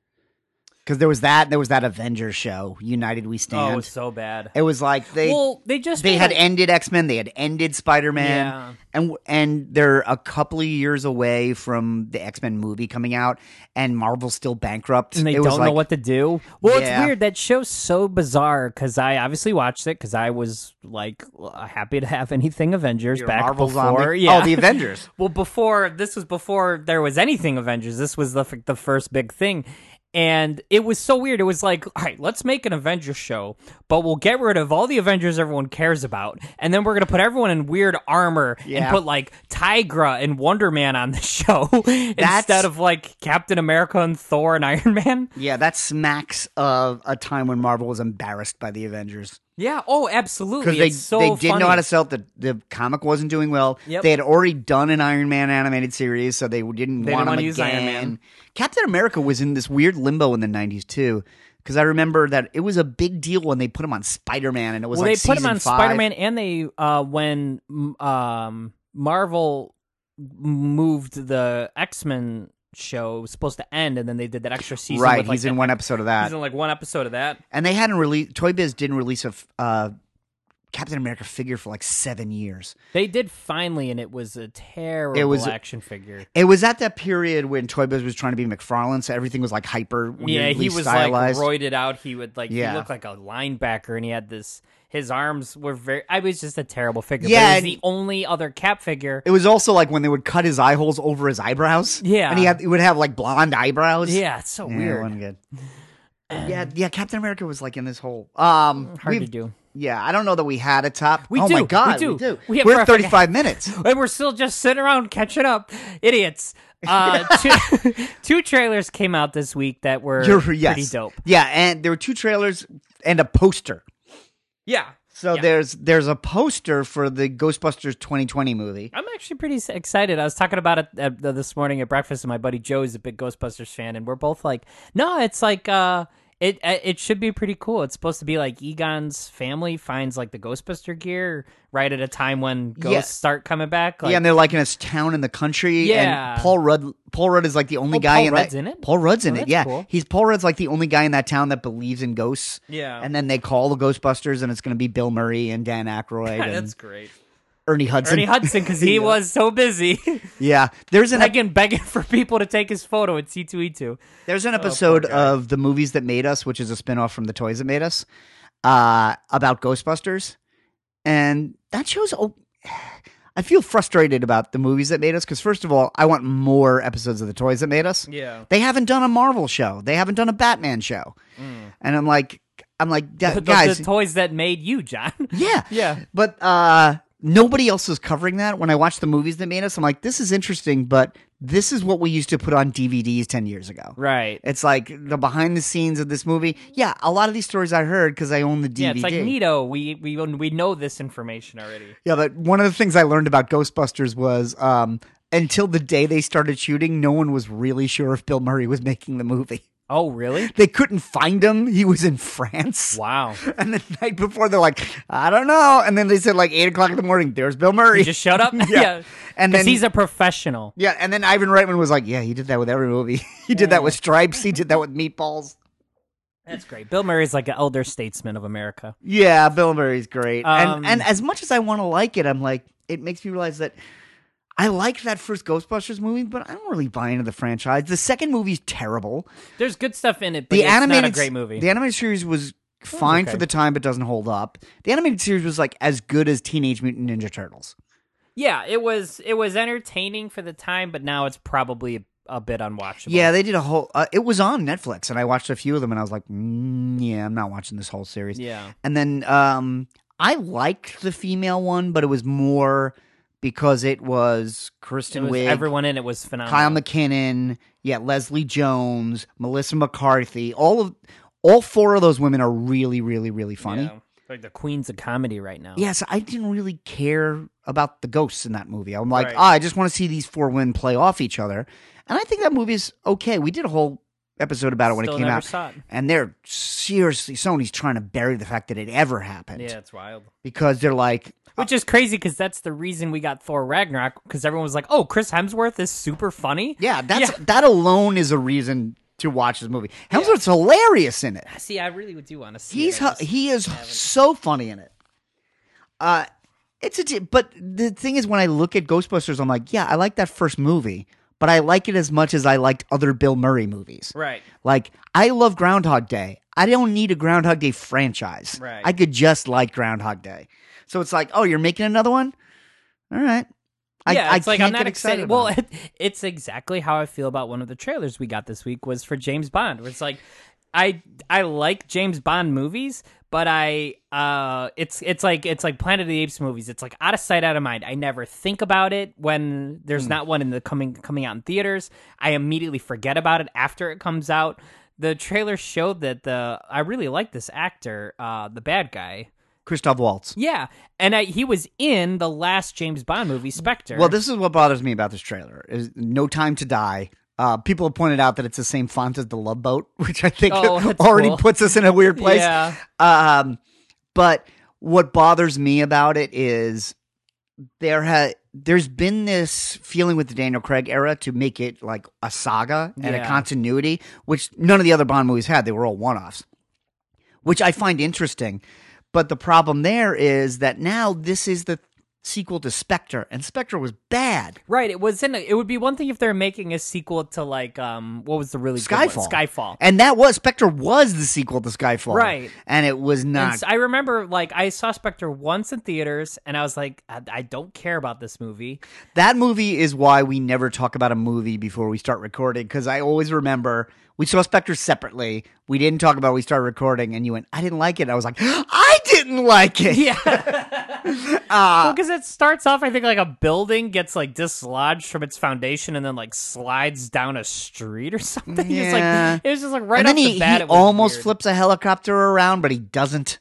S1: Because there was that, there was that Avengers show, United We
S5: Oh, it
S1: Stand.
S5: was so bad.
S1: it was like they.
S5: well, they just
S1: they
S5: made
S1: had
S5: a-
S1: ended X Men. They had ended Spider Man,
S5: Yeah.
S1: and and they're a couple of years away from the X Men movie coming out, and Marvel's still bankrupt.
S5: and they
S1: It was
S5: don't know
S1: like-
S5: what to do. Well,
S1: Yeah.
S5: it's weird. That show's so bizarre because I obviously watched it because I was like happy to have anything Avengers
S1: You're a
S5: back
S1: Marvel
S5: before.
S1: zombie.
S5: Yeah.
S1: Oh, the
S5: <laughs>
S1: Avengers.
S5: well, before this was before there was anything Avengers. This was the f- the first big thing, And it was so weird. It was like, all right, let's make an Avengers show, but we'll get rid of all the Avengers everyone cares about, and then we're gonna put everyone in weird armor and
S1: Yeah.
S5: put like Tigra and Wonder Man on the <laughs> show instead of like Captain America and
S1: <laughs>
S5: Thor and Iron Man.
S1: Yeah, that smacks of a time when Marvel was embarrassed by the Avengers
S5: Yeah. Oh, absolutely.
S1: because they
S5: It's so
S1: they didn't know how to
S5: funny.
S1: sell it. The, the comic wasn't doing well.
S5: Yep.
S1: They had already done an Iron Man animated series, so they didn't
S5: They
S1: want
S5: didn't
S1: him
S5: wanna use Iron
S1: again.
S5: Man.
S1: Captain America was in this weird limbo in the '90s too. Because I remember that it was a big deal when they put him on Spider Man, and it was
S5: well,
S1: like
S5: they put him
S1: season
S5: on
S1: five.
S5: Spider-Man, and they uh, when mm, um, Marvel moved the X-Men show it was supposed to end, and then they did that extra season.
S1: Right,
S5: with, like,
S1: he's in
S5: the-
S1: one episode of that.
S5: He's in like one episode of that.
S1: and they hadn't released Toy Biz didn't release a f- uh, Captain America figure for like seven years.
S5: They did finally, and it was a terrible
S1: was-
S5: action figure.
S1: It was at that period when Toy Biz was trying to be McFarlane, so everything was like hyper.
S5: Yeah,
S1: weirdly
S5: he was
S1: stylized.
S5: like roided out. He would like
S1: Yeah.
S5: he looked like a linebacker, and he had this. His arms were very. I was just a terrible figure.
S1: Yeah,
S5: but it was
S1: and-
S5: the only other Cap figure.
S1: It was also like when they would cut his eye holes over his eyebrows.
S5: Yeah.
S1: and he, had, he would have like blonde eyebrows.
S5: yeah, it's so
S1: Yeah, it wasn't
S5: weird. <laughs>
S1: good. yeah, yeah. Captain America was like in this whole. Um,
S5: Hard to
S1: we've-
S5: do.
S1: Yeah, I don't know that we had a top.
S5: We
S1: oh
S5: do,
S1: my
S5: we
S1: god,
S5: do. We
S1: We
S5: have
S1: are
S5: perfect-
S1: at thirty-five minutes.
S5: <laughs> and we're still just sitting around catching up, idiots.
S1: <laughs>
S5: Uh, two, <laughs> two trailers came out this week that were
S1: You're, yes.
S5: pretty dope.
S1: Yeah, and there were two trailers and a poster.
S5: Yeah,
S1: So
S5: Yeah.
S1: there's there's a poster for the Ghostbusters 2020 movie.
S5: I'm actually pretty s- excited. I was talking about it at, uh, this morning at breakfast, and my buddy Joe is a big Ghostbusters fan, and we're both like, "No, it's like uh, it uh, it should be pretty cool. It's supposed to be like Egon's family finds like the Ghostbuster gear right at a time when ghosts
S1: Yeah.
S5: start coming back. Like,
S1: yeah, and they're like in this town in the country.
S5: Yeah.
S1: and Paul Rudd. Paul Rudd is like the only
S5: Oh,
S1: guy
S5: Paul
S1: in
S5: Rudd's
S1: that.
S5: in it?
S1: Paul Rudd's in
S5: Oh,
S1: it.
S5: that's
S1: Yeah,
S5: cool.
S1: he's Paul Rudd's like the only guy in that town that believes in ghosts.
S5: Yeah.
S1: and then they call the Ghostbusters, and it's going to be Bill Murray and Dan
S5: <laughs>
S1: Aykroyd and
S5: great.
S1: Ernie Hudson.
S5: Ernie Hudson,
S1: <laughs>
S5: because he was so busy.
S1: yeah, there's an ep-
S5: begging, begging for people to take his photo at E C2E2.
S1: there's
S5: Oh,
S1: an episode of the movies that made us, which is a spinoff from the toys that made us, uh, about Ghostbusters, and that shows. Oh, <sighs> I feel frustrated about the movies that made us because first of all, I want more episodes of the toys that made us.
S5: Yeah.
S1: They haven't done a Marvel show. They haven't done a Batman show. And I'm like, I'm like, "Gu-
S5: Mm. The,
S1: Uh, guys,
S5: the toys that made
S1: <laughs>
S5: you, John.
S1: yeah,
S5: Yeah.
S1: But uh, nobody else is covering that. When I watch the movies that made us, I'm like, this is interesting, but this is what we used to put on DVDs ten years ago.
S5: Right.
S1: It's like the behind the scenes of this movie. Yeah, a lot of these stories I heard because I own the DVD.
S5: Yeah, it's like Nito. We we we know this information already.
S1: Yeah, but one of the things I learned about Ghostbusters was um, until the day they started shooting, no one was really sure if Bill Murray was making the movie.
S5: Oh, really?
S1: They couldn't find him. He was in France.
S5: Wow.
S1: <laughs> And the night before, they're like, I don't know. And then they said like eight o'clock in the morning, there's Bill Murray.
S5: He just showed
S1: <laughs>
S5: up. yeah.
S1: And
S5: Because
S1: then
S5: he's a professional.
S1: yeah, and then Ivan Reitman was like, yeah, he did that with every movie. <laughs> he did that with Stripes. He did that with Meatballs.
S5: That's great. Bill Murray's like an elder statesman of America.
S1: Yeah, Bill Murray's great.
S5: Um,
S1: and and as much as I want to like it, I'm like, it makes me realize that I like that first Ghostbusters movie, but I don't really buy into the franchise. The second movie's terrible.
S5: There's good stuff in it, but
S1: the
S5: it's
S1: animated
S5: not a great movie.
S1: The animated series was fine
S5: okay.
S1: for the time, but doesn't hold up. The animated series was like as good as Teenage Mutant Ninja Turtles.
S5: yeah, it was it was entertaining for the time, but now it's probably a, a bit unwatchable.
S1: Yeah, they did a whole. Uh, it was on Netflix, and I watched a few of them, and I was like, mm, "Yeah, I'm not watching this whole series."
S5: Yeah.
S1: and then um, I liked the female one, but it was more because it was
S5: It
S1: Kristen
S5: was-
S1: Wiig,
S5: everyone in it was phenomenal.
S1: Kyle McKinnon, yeah, Leslie Jones, Melissa McCarthy. All of all four of those women are really, really, really funny.
S5: Yeah. Like the queens of comedy right now.
S1: Yes, I didn't really care about the ghosts in that movie. I'm like,
S5: Right.
S1: "Ah, I just want to see these four women play off each other. And I think that movie is okay. We did a whole episode about it when
S5: Still
S1: it came
S5: never
S1: out.
S5: saw it.
S1: And they're seriously, Sony's trying to bury the fact that it ever happened
S5: Yeah, it's wild.
S1: because they're like,
S5: Which is crazy because that's the reason we got Thor Ragnarok because everyone was like, "Oh, Chris Hemsworth is super funny."
S1: yeah, that's <laughs>
S5: Yeah.
S1: that alone is a reason to watch this movie. Hemsworth's hilarious in it.
S5: See, I really would do want to see.
S1: He's
S5: it. I
S1: hu-
S5: just-
S1: he is so funny in it. Uh it's a di- but the thing is when I look at Ghostbusters I'm like, yeah, I like that first movie, but I like it as much as I liked other Bill Murray movies.
S5: right.
S1: Like I love Groundhog Day. I don't need a Groundhog Day franchise.
S5: Right.
S1: I could just like Groundhog Day. So it's like, oh, you're making another one? All right. I,
S5: yeah,
S1: I
S5: it's like
S1: can't
S5: I'm not
S1: get
S5: excited.
S1: excited.
S5: well,
S1: about it.
S5: <laughs> it's exactly how I feel about one of the trailers we got this week was for James Bond. Where it's like, I I like James Bond movies, but I uh, it's it's like it's like Planet of the Apes movies. It's like out of sight, out of mind. I never think about it when there's not one in the coming coming out in theaters. I immediately forget about it after it comes out. The trailer showed that the I really like this actor, uh, the bad guy.
S1: <laughs> Christoph Waltz.
S5: Yeah, and I, he was in the last James Bond movie, Spectre.
S1: Well, this is what bothers me about this trailer: is No Time to Die. Uh, people have pointed out that it's the same font as The Love Boat, <laughs> which I think
S5: Oh, that's
S1: already
S5: cool.
S1: puts us in a weird place.
S5: Yeah.
S1: Um, but what bothers me about it is there ha- there's been this feeling with the Daniel Craig era to make it like a saga and a
S5: Yeah.
S1: continuity, which none of the other Bond movies had. They were all one offs, which I find interesting. But the problem there is that now this is the sequel to Spectre, and Spectre was bad.
S5: Right. It was in. A, it would be one thing if they're making a sequel to like um what was the really good one?
S1: Skyfall.
S5: Skyfall.
S1: And that was Spectre was the sequel to Skyfall.
S5: Right.
S1: And it was
S5: And
S1: not
S5: s- I remember like I saw Spectre once in theaters, and I was like, I, I don't care about this movie.
S1: That movie is why we never talk about a movie before we start recording because I always remember we saw Spectre separately. We didn't talk about it, we started recording and you went, I didn't like it. I was like, <gasps> I didn't like it.
S5: Yeah.
S1: Uh,
S5: because it starts off, I think like a building gets like dislodged from its foundation, and then like slides down a street or <laughs> something. It's
S1: Yeah.
S5: like it was just like right
S1: and then
S5: off
S1: he,
S5: the bat,
S1: he
S5: it was
S1: almost
S5: weird.
S1: flips a helicopter around, but he doesn't.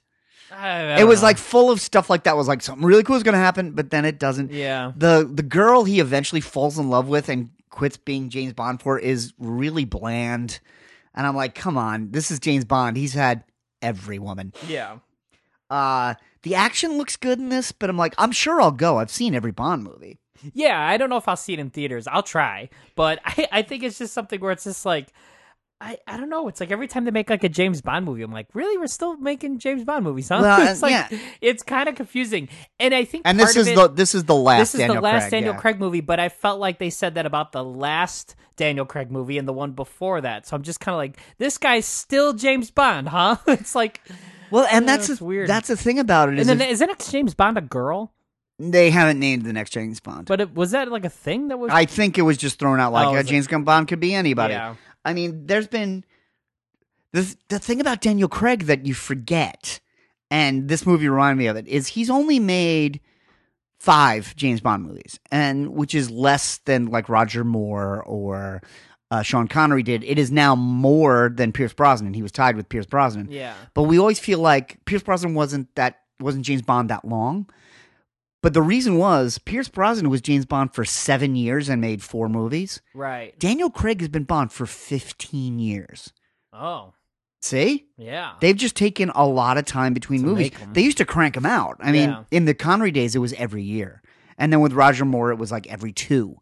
S5: I- I
S1: It
S5: don't
S1: was
S5: know.
S1: like full of stuff like that. Was like something really cool is going to happen, but then it doesn't.
S5: Yeah.
S1: The the girl he eventually falls in love with and quits being James Bond for is really bland, and I'm like, come on, this is James Bond. He's had every woman.
S5: yeah.
S1: Uh the action looks good in this, but I'm like, I'm sure I'll go. I've seen every Bond movie.
S5: Yeah, I don't know if I'll see it in theaters. I'll try, but <laughs> I, I think it's just something where it's just like, I, I don't know. It's like every time they make like a James Bond movie, I'm like, really, we're still making James Bond movies, huh? <laughs>
S1: Well,
S5: it's like
S1: yeah.
S5: it's kind of confusing, and I think
S1: And
S5: part
S1: this
S5: of
S1: is
S5: it-
S1: the this is the last
S5: this is
S1: Daniel
S5: the last
S1: Craig,
S5: Daniel
S1: yeah.
S5: Craig movie, but I felt like they said that about the last Daniel Craig movie and the one before that. So I'm just kind of like, this guy's still James Bond, huh? <laughs> it's like,
S1: Well, and
S5: Yeah,
S1: that's
S5: it's
S1: the-
S5: weird.
S1: That's the thing about it
S5: and
S1: is
S5: then
S1: if-
S5: is the next James Bond a girl?
S1: they haven't named the next James Bond.
S5: But it, was that like a thing that was?
S1: I think it was just thrown out like
S5: Oh,
S1: a
S5: is it-
S1: James Bond could be anybody.
S5: Yeah.
S1: I mean, there's been the the thing about Daniel Craig that you forget, and this movie reminded me of it is he's only made five James Bond movies, and which is less than like Roger Moore or uh, Sean Connery did. It is now more than Pierce Brosnan. He was tied with Pierce Brosnan.
S5: yeah.
S1: But we always feel like Pierce Brosnan wasn't that wasn't James Bond that long. But the reason was Pierce Brosnan was James Bond for seven years and made four movies.
S5: Right.
S1: Daniel Craig has been Bond for 15 years.
S5: Oh.
S1: See?
S5: Yeah.
S1: They've just taken a lot of time between
S5: To
S1: movies.
S5: make 'em.
S1: They used to crank them out. I mean,
S5: Yeah.
S1: in the Connery days, it was every year. And then with Roger Moore, it was like every two.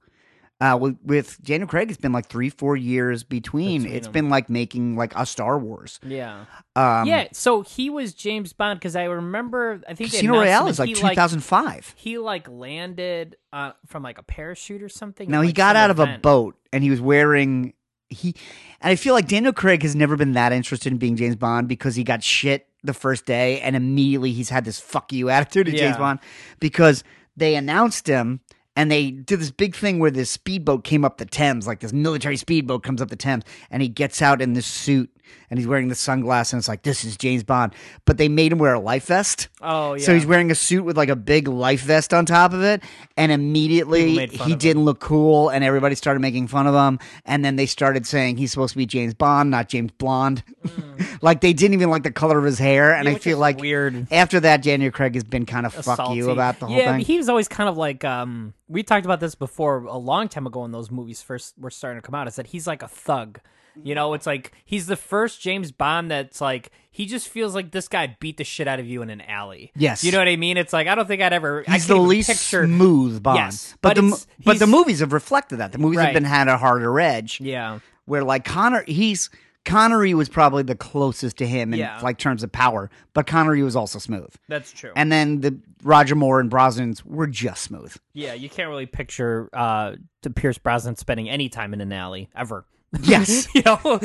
S1: Uh, with, with Daniel Craig, it's been like three, four years between. It's
S5: Between 'em.
S1: been like making like a Star Wars.
S5: yeah.
S1: Um,
S5: yeah. So he was James Bond because I remember. I think they
S1: Casino
S5: announced
S1: Royale
S5: him
S1: is
S5: and
S1: like
S5: he,
S1: 2005.
S5: he like landed uh, from like a parachute or something.
S1: Now
S5: at,
S1: he
S5: like,
S1: got
S5: some
S1: out of a
S5: event.
S1: boat and he was wearing he and I feel like Daniel Craig has never been that interested in being James Bond because he got shit the first day and immediately he's had this fuck you attitude to James
S5: Yeah.
S1: Bond because they announced him and they did this big thing where this speedboat came up the Thames, like this military speedboat comes up the Thames, and he gets out in this suit and he's wearing the sunglasses and it's like this is James Bond. But they made him wear a life vest.
S5: Oh yeah.
S1: So he's wearing a suit with like a big life vest on top of it, and
S5: People
S1: immediately
S5: made fun
S1: he
S5: of him.
S1: didn't look cool, and everybody started making fun of him. And then they started saying he's supposed to be James Bond, not James Blonde. <laughs> like they didn't even like the color of his hair, and
S5: Mm. Yeah,
S1: I
S5: which
S1: feel
S5: is
S1: like
S5: weird.
S1: after that, Daniel Craig has been kind of fuck you
S5: Salty.
S1: about the whole
S5: yeah,
S1: thing.
S5: he was always kind of like um we talked about this before a long time ago when those movies first were starting to come out, is that he's like a thug. You know, it's like he's the first James Bond that's like he just feels like this guy beat the shit out of you in an alley.
S1: Yes.
S5: You know what I mean? It's like I don't think I'd ever I
S1: He's
S5: can't
S1: the
S5: even
S1: least
S5: picture
S1: smooth Bond,
S5: Yes,
S1: but,
S5: but
S1: the
S5: it's-
S1: but the
S5: he's-
S1: movies have reflected that. The movies have
S5: Right.
S1: been had a harder edge.
S5: Yeah.
S1: where like Connor, he's Connery was probably the closest to him in
S5: Yeah.
S1: like terms of power, but Connery was also smooth.
S5: That's true.
S1: And then the Roger Moore and Brosnan's were just
S5: <laughs>
S1: smooth.
S5: yeah, you can't really picture uh to Pierce Brosnan spending any time in an alley ever.
S1: Yes.
S5: <laughs> you know,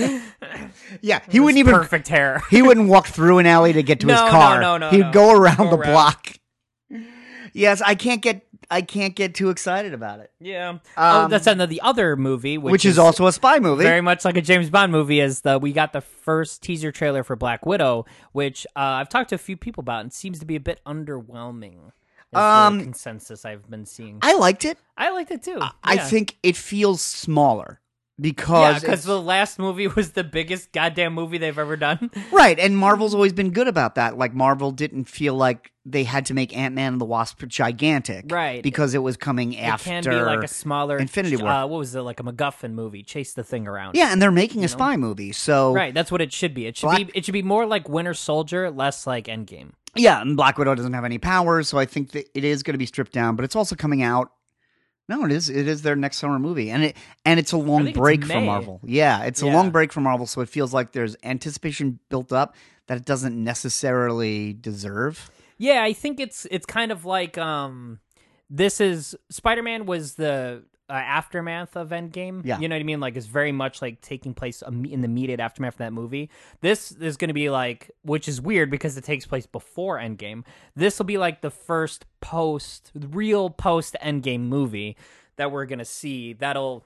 S1: Yeah. He wouldn't even
S5: perfect hair.
S1: he wouldn't walk through an alley to get to his
S5: No, no,
S1: car.
S5: no, no,
S1: He'd
S5: no.
S1: go around
S5: Go
S1: the
S5: around.
S1: block. Yes, I can't get I can't get too excited about it.
S5: Yeah. oh,
S1: Um,
S5: that's another the other movie, which,
S1: Which, is, also a spy movie.
S5: very much like a James Bond movie. Is the we got the first teaser trailer for Black Widow, which uh, I've talked to a few people about, and seems to be a bit underwhelming. is the
S1: Um,
S5: consensus I've been seeing. I,
S1: I liked it.
S5: liked it too.
S1: I
S5: Yeah.
S1: think it feels smaller
S5: Yeah,
S1: because
S5: because
S1: it's-
S5: the last movie was the biggest goddamn movie they've ever done.
S1: Right, and Marvel's always been good about that. Like Marvel didn't feel like they had to make Ant Man and the Wasp gigantic,
S5: Right.
S1: Because it was coming after.
S5: it can be like a smaller
S1: Infinity War.
S5: Uh, what was it like a MacGuffin movie? Chase the thing around.
S1: yeah, and they're making a spy movie, so
S5: right. That's what it should be. It should
S1: Black-
S5: be. It should be more like Winter Soldier, less like Endgame.
S1: yeah. And Black Widow doesn't have any powers, so I think that it is going to be stripped down. But it's also coming out. No, it is. It is their next summer movie, and it and it's a long
S5: think it's
S1: break for
S5: May.
S1: Marvel. Yeah, it's a
S5: Yeah.
S1: long break for Marvel, so it feels like there's anticipation built up that it doesn't necessarily deserve.
S5: Yeah, I think it's it's kind of like um, this is Spider Man was the uh, aftermath of Endgame.
S1: Yeah.
S5: you know what I mean. Like it's very much like taking place im- in the immediate aftermath of that movie. This is going to be like, which is weird because it takes place before Endgame. This will be like the first post, real post Endgame movie that we're gonna see. That'll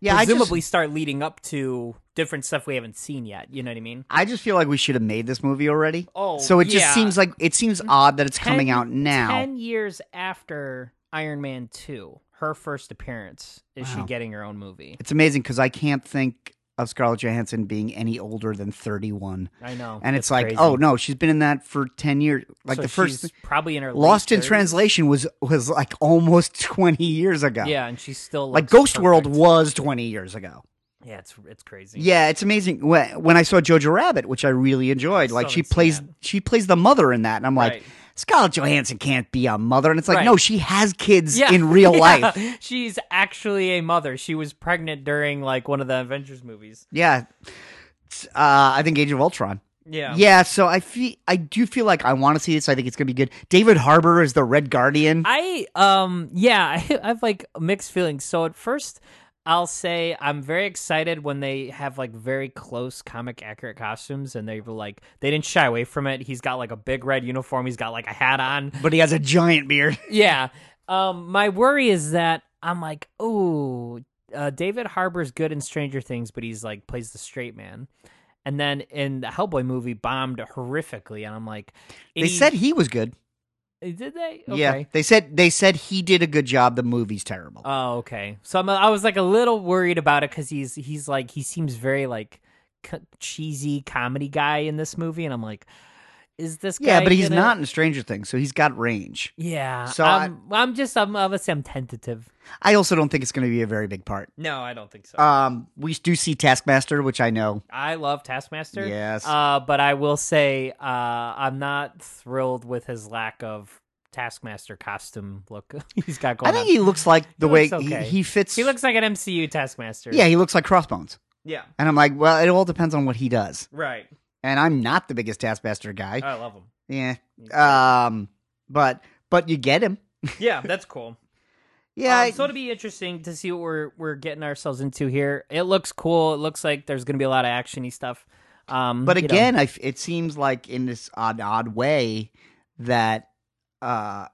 S1: Yeah, I just-
S5: presumably start leading up to different stuff we haven't seen yet. You know what I mean?
S1: I just feel like we should have made this movie already.
S5: Oh,
S1: so it just
S5: yeah.
S1: seems like it seems odd that it's coming
S5: 10
S1: out now.
S5: Ten years after Iron Man two, her first appearance is she getting her own movie.
S1: It's amazing because I can't think of Scarlett Johansson being any older than thirty-one,
S5: I know,
S1: and it's
S5: that's
S1: like,
S5: crazy.
S1: oh no, she's been in that for ten years. Like
S5: So
S1: the first
S5: she's probably in her
S1: Lost
S5: late
S1: in
S5: 30s.
S1: Translation was was like almost <laughs> twenty years ago.
S5: Yeah, and she's still
S1: like
S5: looks
S1: Ghost World
S5: perfect.
S1: was twenty years ago.
S5: Yeah, it's it's crazy.
S1: Yeah, it's amazing. When, when I saw Jojo Rabbit, which I really enjoyed,
S5: I
S1: like
S5: still
S1: she
S5: haven't seen
S1: plays
S5: that.
S1: she plays the mother in that, and I'm
S5: Right.
S1: like, Scarlett Johansson can't be a mother, and it's like,
S5: Right.
S1: no, she has kids
S5: <laughs> Yeah,
S1: in real
S5: <laughs> yeah.
S1: life.
S5: She's actually a mother. She was pregnant during like one of the Avengers movies.
S1: Yeah, It's, uh, I think Age of Ultron.
S5: Yeah.
S1: Yeah, so I feel I do feel like I want to see this. I think it's gonna be good. David Harbour is the Red Guardian.
S5: I um yeah, <laughs> I, I have like mixed feelings. So at first, I'll say I'm very excited when they have like very close comic accurate costumes, and they were like they didn't shy away from it. He's got like a big red uniform. He's got like a hat
S1: <laughs>
S5: on.
S1: but he has a giant beard.
S5: Yeah. Um, my worry is that I'm like, oh, uh, David Harbour's good in Stranger Things, but he's like plays the straight man. And then in the Hellboy movie, bombed horrifically, and I'm like,
S1: They
S5: any-
S1: said he was good.
S5: did they? Okay.
S1: Yeah, they said they said he did a good job. The movie's terrible.
S5: Oh, okay. So I'm, I was like a little worried about it because he's he's like he seems very like c- cheesy comedy guy in this movie, and I'm like, is this?
S1: yeah,
S5: guy
S1: but he's
S5: gonna-
S1: not in Stranger Things, so he's got range.
S5: Yeah.
S1: So
S5: So
S1: I-
S5: I'm, I, am just I'm obviously I'm tentative.
S1: I also don't think it's going to be a very big part.
S5: No, I don't think so.
S1: Um, we do see Taskmaster, which I know.
S5: I love Taskmaster.
S1: Yes.
S5: Uh, but I will say uh, I'm not thrilled with his lack of Taskmaster costume look <laughs> he's got going.
S1: I think
S5: on.
S1: he looks like the
S5: He
S1: way
S5: looks okay.
S1: he, he fits.
S5: He looks like an MCU Taskmaster.
S1: yeah, he looks like Crossbones,
S5: Yeah.
S1: and I'm like, well, it all depends on what he does.
S5: Right.
S1: And I'm not the biggest Taskmaster guy.
S5: I love him.
S1: yeah. Um, but but you get him.
S5: Yeah, that's cool.
S1: Yeah.
S5: Um, so it'll be interesting to see what we're we're getting ourselves into here. It looks cool. It looks like there's going to be a lot of actiony stuff. Um,
S1: but
S5: you know.
S1: again, I f it seems like in this odd odd way that uh,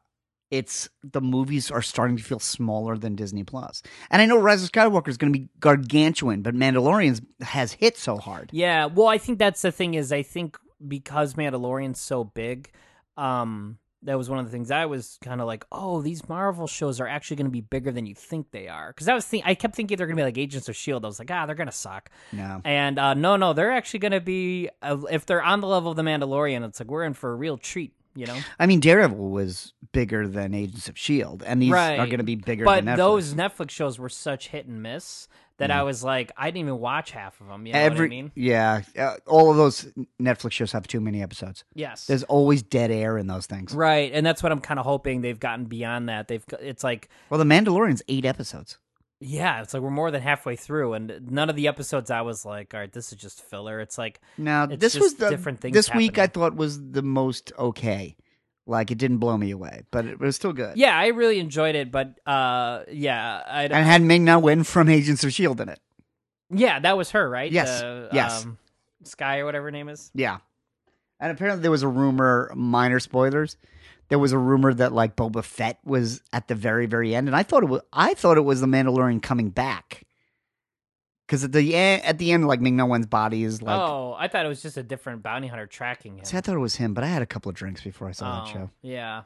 S1: it's the movies are starting to feel smaller than Disney Plus. And I know Rise of Skywalker is going to be gargantuan, but Mandalorian has hit so hard.
S5: yeah. Well, I think that's the thing is I think because Mandalorian's so big, um, that was one of the things I was kind of like, oh, these Marvel shows are actually going to be bigger than you think they are. Because I was think I kept thinking they're going to be like Agents of Shield. I was like, ah, they're going to suck.
S1: No.
S5: And uh, no, no, they're actually going to be uh, if they're on the level of the Mandalorian, it's like we're in for a real treat. You know.
S1: I mean, Daredevil was bigger than Agents of S.H.I.E.L.D., E and these
S5: Right.
S1: are going to be bigger
S5: but
S1: than Netflix. Mm.
S5: those Netflix shows were such hit and miss that I was like, I didn't even watch half of them. You know
S1: Every,
S5: what I mean?
S1: Yeah. Uh, all of those Netflix shows have too many episodes.
S5: Yes.
S1: There's always dead air in those things.
S5: right, and that's what I'm kind of hoping they've gotten beyond that. They've it's like
S1: Well, The Mandalorian's eight episodes.
S5: yeah, it's like we're more than halfway through, and none of the episodes I was like, all right, this is just filler. It's like
S1: Now
S5: It's
S1: this was
S5: just
S1: the
S5: different things
S1: This week I
S5: happening.
S1: thought was the most okay. Like it didn't blow me away, but it was still good.
S5: yeah, I really enjoyed it, but uh, yeah, I
S1: and had Ming Na Wen from Agents of Shield E in it.
S5: yeah, that was her, right?
S1: Yes,
S5: The,
S1: yes.
S5: um, Sky or whatever her name is.
S1: Yeah, and apparently there was a rumor, minor spoilers, there was a rumor that like Boba Fett was at the very very end, and I thought it was I thought it was the Mandalorian coming back. Because at the end, at the end, like Ming Na Wen's body is like.
S5: oh, I thought it was just a different bounty hunter tracking him.
S1: See, I thought it was him, but I had a couple of drinks before I saw that
S5: Oh,
S1: show.
S5: Yeah.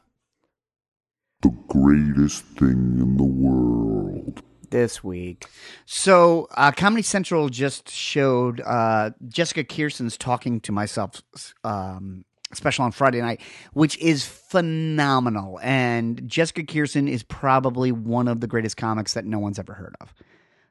S6: The greatest thing in the world.
S1: This week, so uh, Comedy Central just showed uh, Jessica Kearson's "Talking to Myself" um, special on Friday night, which is phenomenal. And Jessica Kearson is probably one of the greatest comics that no one's ever heard of.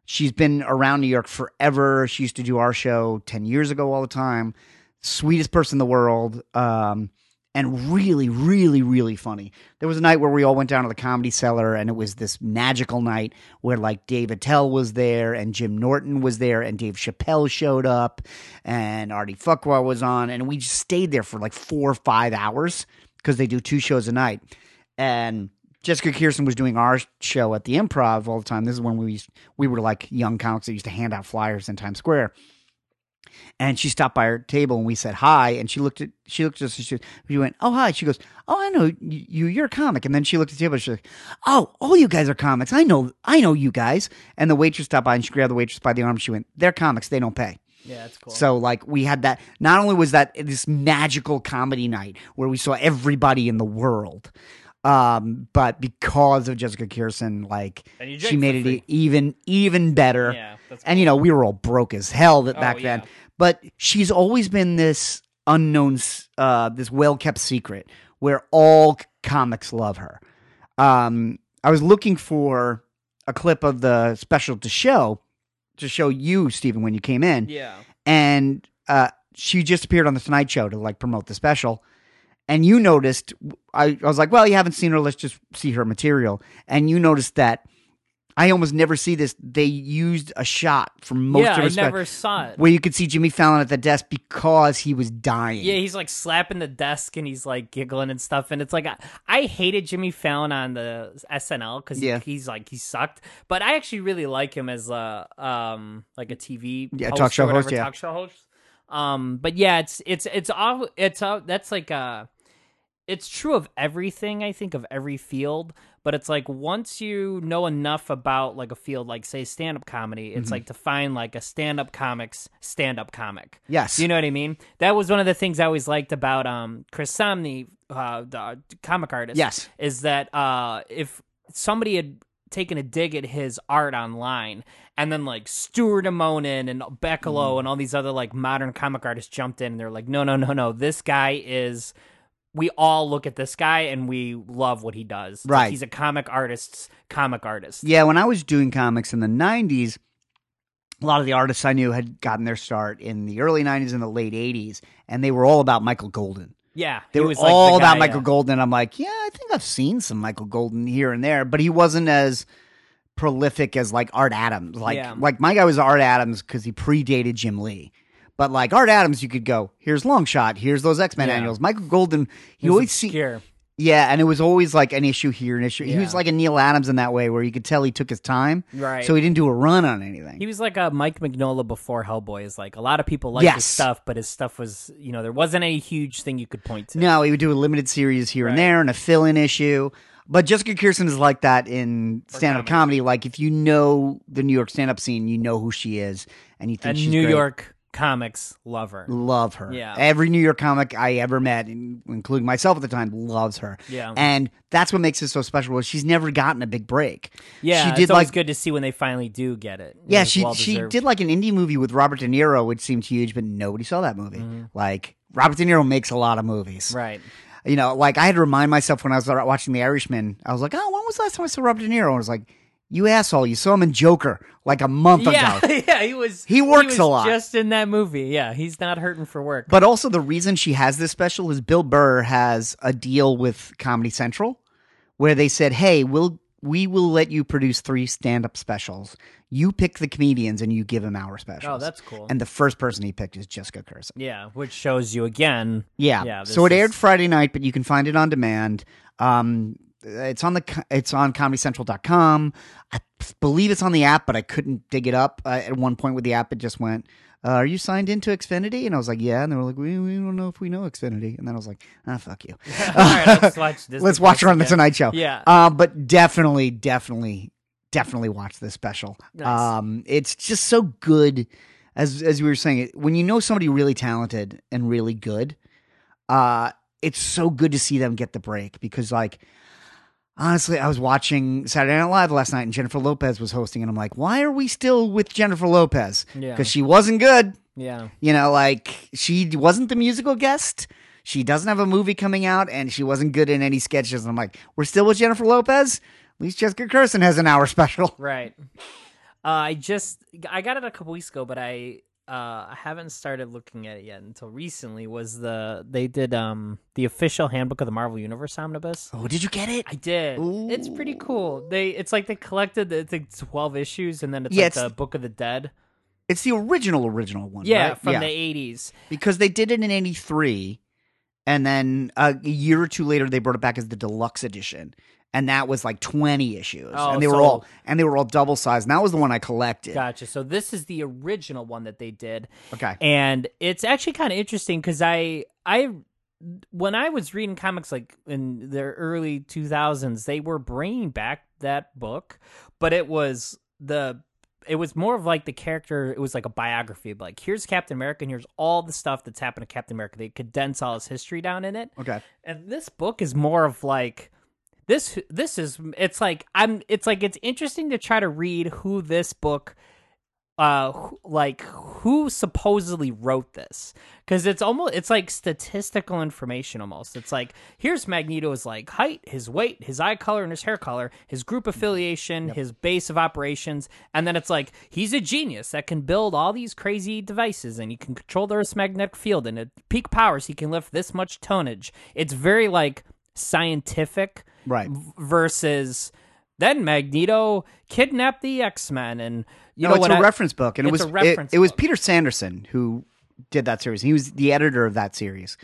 S1: She's been around New York forever. She used to do our show 10 years ago all the time. Sweetest person in the world. Um, and really, really, really funny. There was a night where we all went down to the comedy cellar and it was this magical night where like Dave Attell was there and Jim Norton was there and Dave Chappelle showed up and Artie Fuqua was on. And we just stayed there for like four or five hours because they do two shows a night. And Jessica Kearson was doing our show at the improv all the time. This is when we used, we were like young comics that used to hand out flyers in Times Square. And she stopped by our table and we said hi. And she looked at she looked at us and she, she went, "Oh hi." She goes, "Oh, I know you. You're a comic." And then she looked at the table. And she's like, "Oh, all you guys are comics. I know. I know you guys." And the waitress stopped by and she grabbed the waitress by the arm. She went, "They're comics. They don't pay."
S5: Yeah, that's cool.
S1: So like we had that. Not only was that this magical comedy night where we saw everybody in the world, um, but because of Jessica Kirsten, like
S5: And you
S1: she
S5: drank
S1: made
S5: for
S1: it
S5: free.
S1: even even better.
S5: Yeah, that's
S1: and you know we were all broke as hell that
S5: Oh,
S1: back
S5: yeah.
S1: then. But she's always been this unknown, s- uh, this well kept secret where all c- comics love her. Um, I was looking for a clip of the special to show to show you, Stephen, when you came in
S5: yeah.
S1: and uh, she just appeared on the Tonight Show to like promote the special. And you noticed, I, I was like, well, you haven't seen her. Let's just see her material. And you noticed that I almost never see this. They used a shot from most
S5: yeah,
S1: of her
S5: I
S1: spec-
S5: never saw it.
S1: where you could see Jimmy Fallon at the desk because he was dying.
S5: Yeah, he's like slapping the desk and he's like giggling and stuff. And it's like I, I hated Jimmy Fallon on the SNL because
S1: Yeah.
S5: he's like he sucked. But I actually really like him as a um like a TV
S1: Yeah,
S5: host
S1: talk show
S5: or whatever,
S1: host, yeah.
S5: talk show host. Um, but yeah, it's it's it's all it's all, that's like uh it's true of everything i think of every field but it's like once you know enough about like a field like say stand-up comedy
S1: Mm-hmm.
S5: it's like to find like a stand-up comics stand-up comic
S1: Yes.
S5: you know what i mean that was one of the things i always liked about um chris somney uh the comic artist
S1: Yes.
S5: is that uh if somebody had taken a dig at his art online and then like Stuart Amonin and
S1: Mm-hmm.
S5: Beckalo and all these other like modern comic artists jumped in and they're like no no no no this guy is we all look at this guy and we love what he does It's like
S1: Right.
S5: he's a comic artist's comic artist
S1: Yeah, when I was doing comics in the 90s, a lot of the artists I knew had gotten their start in the early 90s and the late 80s, and they were all about Michael Golden.
S5: yeah
S1: They
S5: he
S1: were
S5: was like the
S1: all
S5: guy,
S1: about Michael
S5: yeah.
S1: Golden. I'm like, yeah, I think I've seen some Michael Golden here and there, but he wasn't as prolific as like Art Adams. Like,
S5: Yeah.
S1: like my guy was Art Adams because he predated Jim Lee. But like Art Adams, you could go, here's Long Shot, here's those X Men
S5: Yeah.
S1: annuals. Michael Golden,
S5: He
S1: you
S5: was
S1: always see,
S5: obscure.
S1: yeah, and it was always like an issue here, an issue. He was
S5: Yeah.
S1: like a Neil Adams in that way, where you could tell he took his time,
S5: Right.
S1: So he didn't do a run on anything.
S5: He was like a Mike Mignola before Hellboy. Is like a lot of people liked
S1: Yes.
S5: his stuff, but his stuff was you know there wasn't any huge thing you could point to.
S1: No, he would do a limited series here
S5: Right.
S1: and there and a fill in issue. But Jessica Kirsten is like that in stand up comedy. Like, if you know the New York stand up scene, you know who she is and you
S5: a
S1: think she's
S5: New
S1: great.
S5: York comics lover.
S1: Love her.
S5: Yeah.
S1: Every New York comic I ever met, in- including myself at the time, loves her.
S5: Yeah.
S1: And that's what makes it so special. Was she's never gotten a big break.
S5: Yeah,
S1: She
S5: it's
S1: did
S5: always
S1: like-
S5: good to see when they finally do get it. It
S1: Yeah,
S5: was
S1: she she
S5: well-deserved.
S1: did like an indie movie with Robert De Niro, which seemed huge, but nobody saw that movie. Like Robert De Niro makes a lot of movies,
S5: Mm-hmm. right.
S1: You know, like I had to remind myself when I was watching The Irishman, I was like, oh, when was the last time I saw Robert De Niro? And I was like, you asshole, you saw him in Joker like a
S5: <laughs>
S1: month
S5: Yeah,
S1: ago.
S5: yeah, he was.
S1: He works
S5: was
S1: a lot.
S5: just in that movie. Yeah, he's not hurting for work.
S1: But also, the reason she has this special is Bill Burr has a deal with Comedy Central where they said, hey, we'll. We will let you produce three stand-up specials. You pick the comedians and you give them our specials.
S5: Oh, that's cool.
S1: And the first person he picked is Jessica Kirsten.
S5: yeah, which shows you again.
S1: Yeah.
S5: Yeah,
S1: so it
S5: this
S1: aired
S5: is-
S1: Friday night, but you can find it on demand. Um, It's on the co- it's on comedycentral.com. I believe it's on the app, but I couldn't dig it up. Uh, at one point with the app, it just went, uh, "Are you signed into Xfinity?" And I was like, "Yeah." And they were like, "We, we don't know if we know Xfinity." And then I was like, "Ah, fuck you."
S5: <laughs> All right, let's watch this.
S1: Let's watch her on the
S5: Yeah.
S1: Tonight Show.
S5: Yeah.
S1: Uh, but definitely, definitely, definitely watch this special.
S5: Nice.
S1: Um, it's just so good. As as we were saying, it when you know somebody really talented and really good, uh, it's so good to see them get the break because like. Honestly, I was watching Saturday Night Live last night and Jennifer Lopez was hosting, and I'm like, why are we still with Jennifer Lopez?
S5: Yeah.
S1: Because she wasn't good.
S5: Yeah.
S1: You know, like she wasn't the musical guest. She doesn't have a movie coming out, and she wasn't good in any sketches. And I'm like, we're still with Jennifer Lopez. At least Jessica Kirsten has an hour <laughs> special.
S5: Right. Uh, I just I got it a couple weeks ago, but I uh I haven't started looking at it yet until recently. Was the they did um the official handbook of the Marvel Universe omnibus?
S1: Oh, did you get it?
S5: I did. It's pretty cool. They it's like they collected the, the twelve issues and then it's
S1: Yeah,
S5: like
S1: it's-
S5: the Book of the Dead.
S1: It's the original, original one.
S5: Yeah,
S1: right?
S5: from the eighties.
S1: because they did it in '83, and then uh, a year or two later they brought it back as the deluxe edition, and that was like 20 issues,
S5: Oh,
S1: and they were
S5: so-
S1: all and they were all double sized, and that was the one I collected.
S5: Gotcha. So this is the original one that they did.
S1: Okay.
S5: and it's actually kind of interesting because I I when I was reading comics like in the early 2000s, they were bringing back that book, but it was the it was more of like the character. It was like a biography of like here's Captain America and here's all the stuff that's happened to Captain America. They condense all his history down in it.
S1: Okay.
S5: And this book is more of like this this is it's like I'm it's like it's interesting to try to read who this book uh wh- like who supposedly wrote this cuz it's almost it's like statistical information almost it's like here's magneto's like height his weight his eye color and his hair color his group affiliation his base of operations and then it's like he's a genius that can build all these crazy devices and he can control the earth's magnetic field and at peak powers he can lift this much tonnage it's very like scientific
S1: Right.
S5: v- versus then Magneto kidnapped the X Men, and you
S1: no,
S5: know
S1: Oh, it's
S5: what
S1: a
S5: I-
S1: reference book, and it
S5: it's
S1: was
S5: a
S1: it-
S5: reference
S1: It, was
S5: book.
S1: Peter Sanderson who did that series. He was the editor of that series,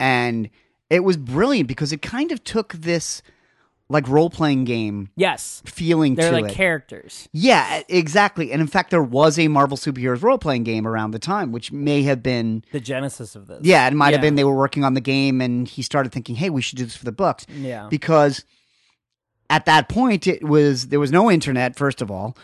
S1: and it was brilliant because it kind of took this like role playing game
S5: Yes,
S1: feeling
S5: they're
S1: to
S5: like
S1: it.
S5: characters.
S1: yeah, e-, exactly. And in fact, there was a Marvel superheroes role playing game around the time, which may have been
S5: The genesis of this.
S1: yeah, it might have
S5: Yeah.
S1: been they were working on the game, and he started thinking, hey, we should do this for the books.
S5: Yeah.
S1: because at that point it was there was no internet first of all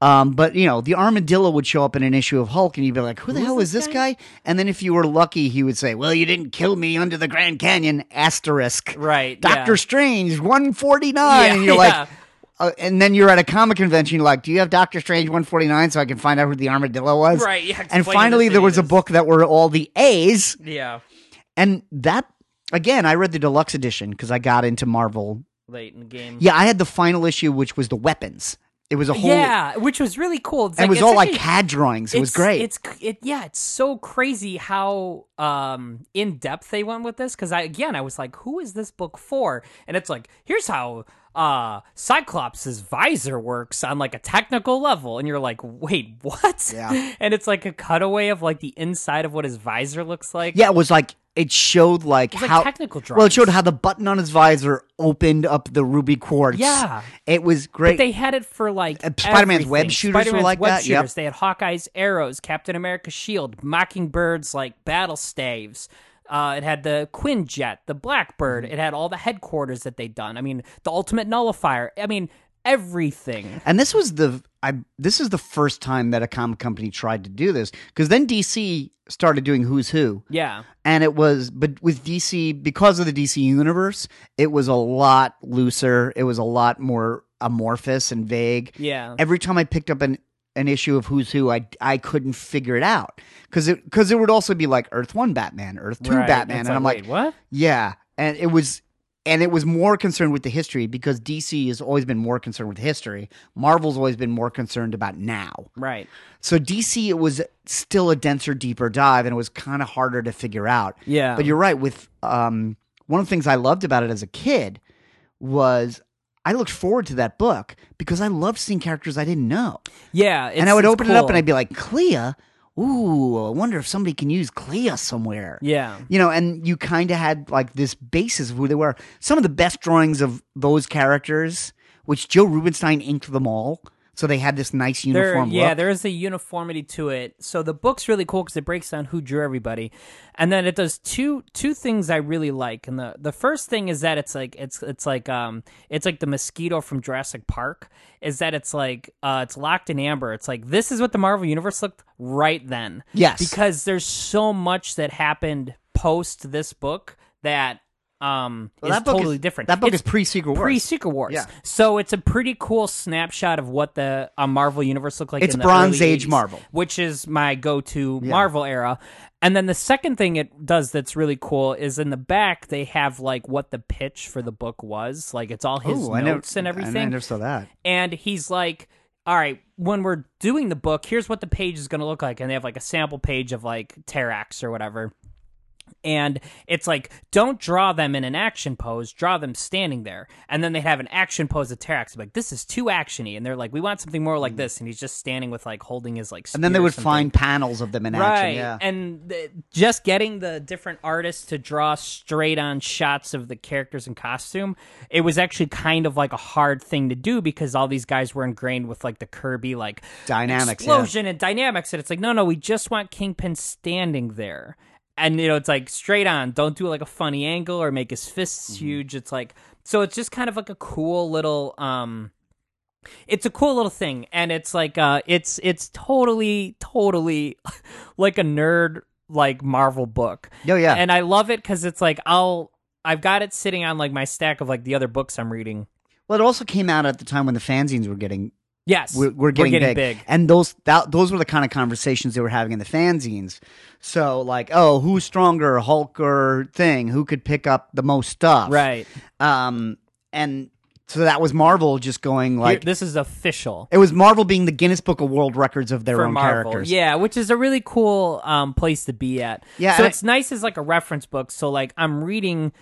S1: um, but you know the armadillo would show up in an issue of hulk and you'd be like who the hell is this guy? and then if you were lucky he would say well you didn't kill me under the grand canyon asterisk
S5: Right,
S1: doctor
S5: yeah.
S1: strange 149
S5: Yeah,
S1: and
S5: <laughs>
S1: you're
S5: yeah.
S1: like uh, and then you're at a comic convention you're like do you have doctor strange 149 so i can find out who the armadillo was
S5: Right, yeah, explain
S1: and
S5: this
S1: finally there
S5: idiot
S1: was a
S5: is.
S1: book that were all the a's
S5: yeah.
S1: and that again i read the deluxe edition because i got into marvel
S5: Late in the game.
S1: yeah, I had the final issue, which was the weapons. It was a whole,
S5: yeah, which was really cool. It's
S1: and it
S5: like,
S1: was
S5: it's
S1: all like
S5: actually-
S1: CAD drawings. It was
S5: it's-
S1: great.
S5: It's c- it, yeah, it's so crazy how um in depth they went with this because I again I was like, who is this book for? And it's like, here's how uh Cyclops' visor works on like a technical level, and you're like, wait, <laughs> what?
S1: Yeah.
S5: and it's like a cutaway of like the inside of what his visor looks like.
S1: yeah, it was like it showed like
S5: was like
S1: how
S5: technical
S1: Well, it showed
S5: drawings.
S1: how the button on his visor opened up the ruby quartz.
S5: Yeah.
S1: it was great.
S5: But they had it for like
S1: Uh, Spider-Man's web
S5: everything.
S1: shooters were
S5: Spider-Man's
S1: like
S5: web
S1: that, yep.
S5: Shooters. They had Hawkeye's arrows, Captain America's shield, Mockingbird's like battle staves. Uh, it had the Quinjet, the Blackbird.
S1: Mm-hmm.
S5: It had all the headquarters that they'd done. I mean, the Ultimate Nullifier. I mean, everything.
S1: and this was the I this is the first time that a comic company tried to do this because then DC started doing Who's Who.
S5: Yeah,
S1: and it was but with DC because of the DC universe, it was a lot looser. It was a lot more amorphous and vague.
S5: Yeah.
S1: Every time I picked up an an issue of Who's Who, I I couldn't figure it out because it because it would also be like Earth One Batman, Earth Two
S5: Right.
S1: Batman,
S5: It's
S1: and I'm like,
S5: wait, what?
S1: yeah, and it was. And it was more concerned with the history because DC has always been more concerned with history. Marvel's always been more concerned about now.
S5: Right.
S1: So DC, it was still a denser, deeper dive, and it was kind of harder to figure out.
S5: Yeah.
S1: But you're right. With um, one of the things I loved about it as a kid was I looked forward to that book because I loved seeing characters I didn't know,
S5: Yeah, it's,
S1: and I would
S5: it's
S1: open it up
S5: cool.
S1: and I'd be like, Clea. ooh, I wonder if somebody can use Clea somewhere.
S5: Yeah.
S1: You know, and you kind of had like this basis of who they were. Some of the best drawings of those characters, which Joe Rubinstein inked them all. So they had this nice
S5: There,
S1: uniform
S5: yeah,
S1: look.
S5: there is a uniformity to it. So the book's really cool because it breaks down who drew everybody, and then it does two two things I really like. And the the first thing is that it's like it's it's like um it's like the mosquito from Jurassic Park is that it's like uh it's locked in amber. It's like this is what the Marvel universe looked right then.
S1: Yes.
S5: because there's so much that happened post this book that um
S1: Well,
S5: is
S1: that book
S5: totally
S1: is-
S5: different.
S1: that book
S5: It's
S1: is pre-Secret Wars.
S5: Pre-Secret Wars.
S1: Yeah.
S5: So it's a pretty cool snapshot of what the uh, Marvel universe looked like.
S1: It's
S5: in the
S1: Bronze
S5: early
S1: Age
S5: 80s,
S1: Marvel.
S5: which is my go-to Marvel era. And then the second thing it does that's really cool is in the back they have like what the pitch for the book was. Like it's all his
S1: Ooh, I never-
S5: notes
S1: I-
S5: and everything
S1: I never saw that.
S5: and he's like all right when we're doing the book here's what the page is going to look like and they have like a sample page of like terax or whatever and it's like don't draw them in an action pose draw them standing there and then they have an action pose of terax like this is too actiony and they're like we want something more like this and he's just standing with like holding his like
S1: Mm. And then
S5: spear
S1: they
S5: or
S1: would
S5: something.
S1: find panels of them in action. Yeah.
S5: And th- just getting the different artists to draw straight on shots of the characters in costume, it was actually kind of like a hard thing to do because all these guys were ingrained with like the Kirby like
S1: Dynamics, yeah.
S5: explosion and dynamics, and it's like no, no, we just want Kingpin standing there. And you know it's like straight on. Don't do like a funny angle or make his fists
S1: Mm-hmm.
S5: huge. It's like so. It's just kind of like a cool little um, it's a cool little thing and it's like uh it's it's totally totally <laughs> like a nerd like marvel book
S1: Oh, yeah.
S5: and i love it because it's like i'll i've got it sitting on like my stack of like the other books i'm reading
S1: well, it also came out at the time when the fanzines were getting
S5: yes
S1: we're, we're getting,
S5: big,
S1: and those that, those were the kind of conversations they were having in the fanzines. So like, oh, who's stronger, Hulk or Thing? Who could pick up the most stuff?
S5: right
S1: Um, and so that was Marvel just going like,
S5: Here- this is official
S1: it was Marvel being the Guinness Book of World Records of their
S5: for
S1: own
S5: Marvel.
S1: characters.
S5: Yeah, which is a really cool um, place to be at.
S1: Yeah,
S5: so
S1: and
S5: it's nice as like a reference book. So like I'm reading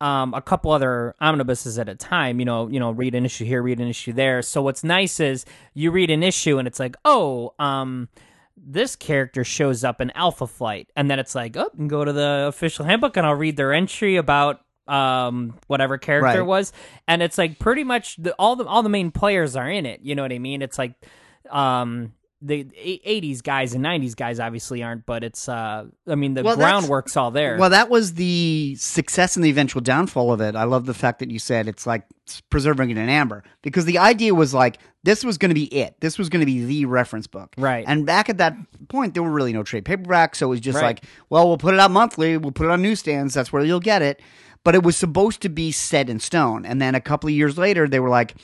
S5: um, a couple other omnibuses at a time. You know, you know, read an issue here, read an issue there. So what's nice is you read an issue and it's like, oh, um, this character shows up in Alpha Flight, and then it's like, oh, you can go to the official handbook and I'll read their entry about um whatever character
S1: Right.
S5: it was and it's like pretty much the, all the all the main players are in it you know what i mean it's like um the eight- 80s guys and 90s guys obviously aren't but it's uh i mean the
S1: Well, that's-
S5: groundwork's all there
S1: Well, that was the success and the eventual downfall of it. I love the fact that you said it's like preserving it in amber because the idea was like this was going to be it. This was going to be the reference book.
S5: Right.
S1: And back at that point, there were really no trade paperbacks. So it was just
S5: Right.
S1: like, well, we'll put it out monthly, we'll put it on newsstands. That's where you'll get it. But it was supposed to be set in stone. And then a couple of years later, they were like,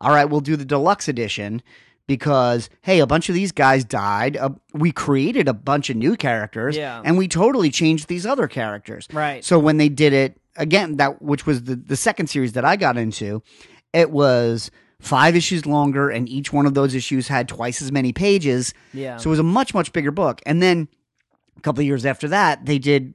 S1: all right, we'll do the deluxe edition because, hey, a bunch of these guys died. Uh, we created a bunch of new characters
S5: Yeah.
S1: and we totally changed these other characters.
S5: Right.
S1: So when they did it again, that which was the, the second series that I got into, it was five issues longer, and each one of those issues had twice as many pages.
S5: Yeah.
S1: So it was a much, much bigger book. And then a couple of years after that, they did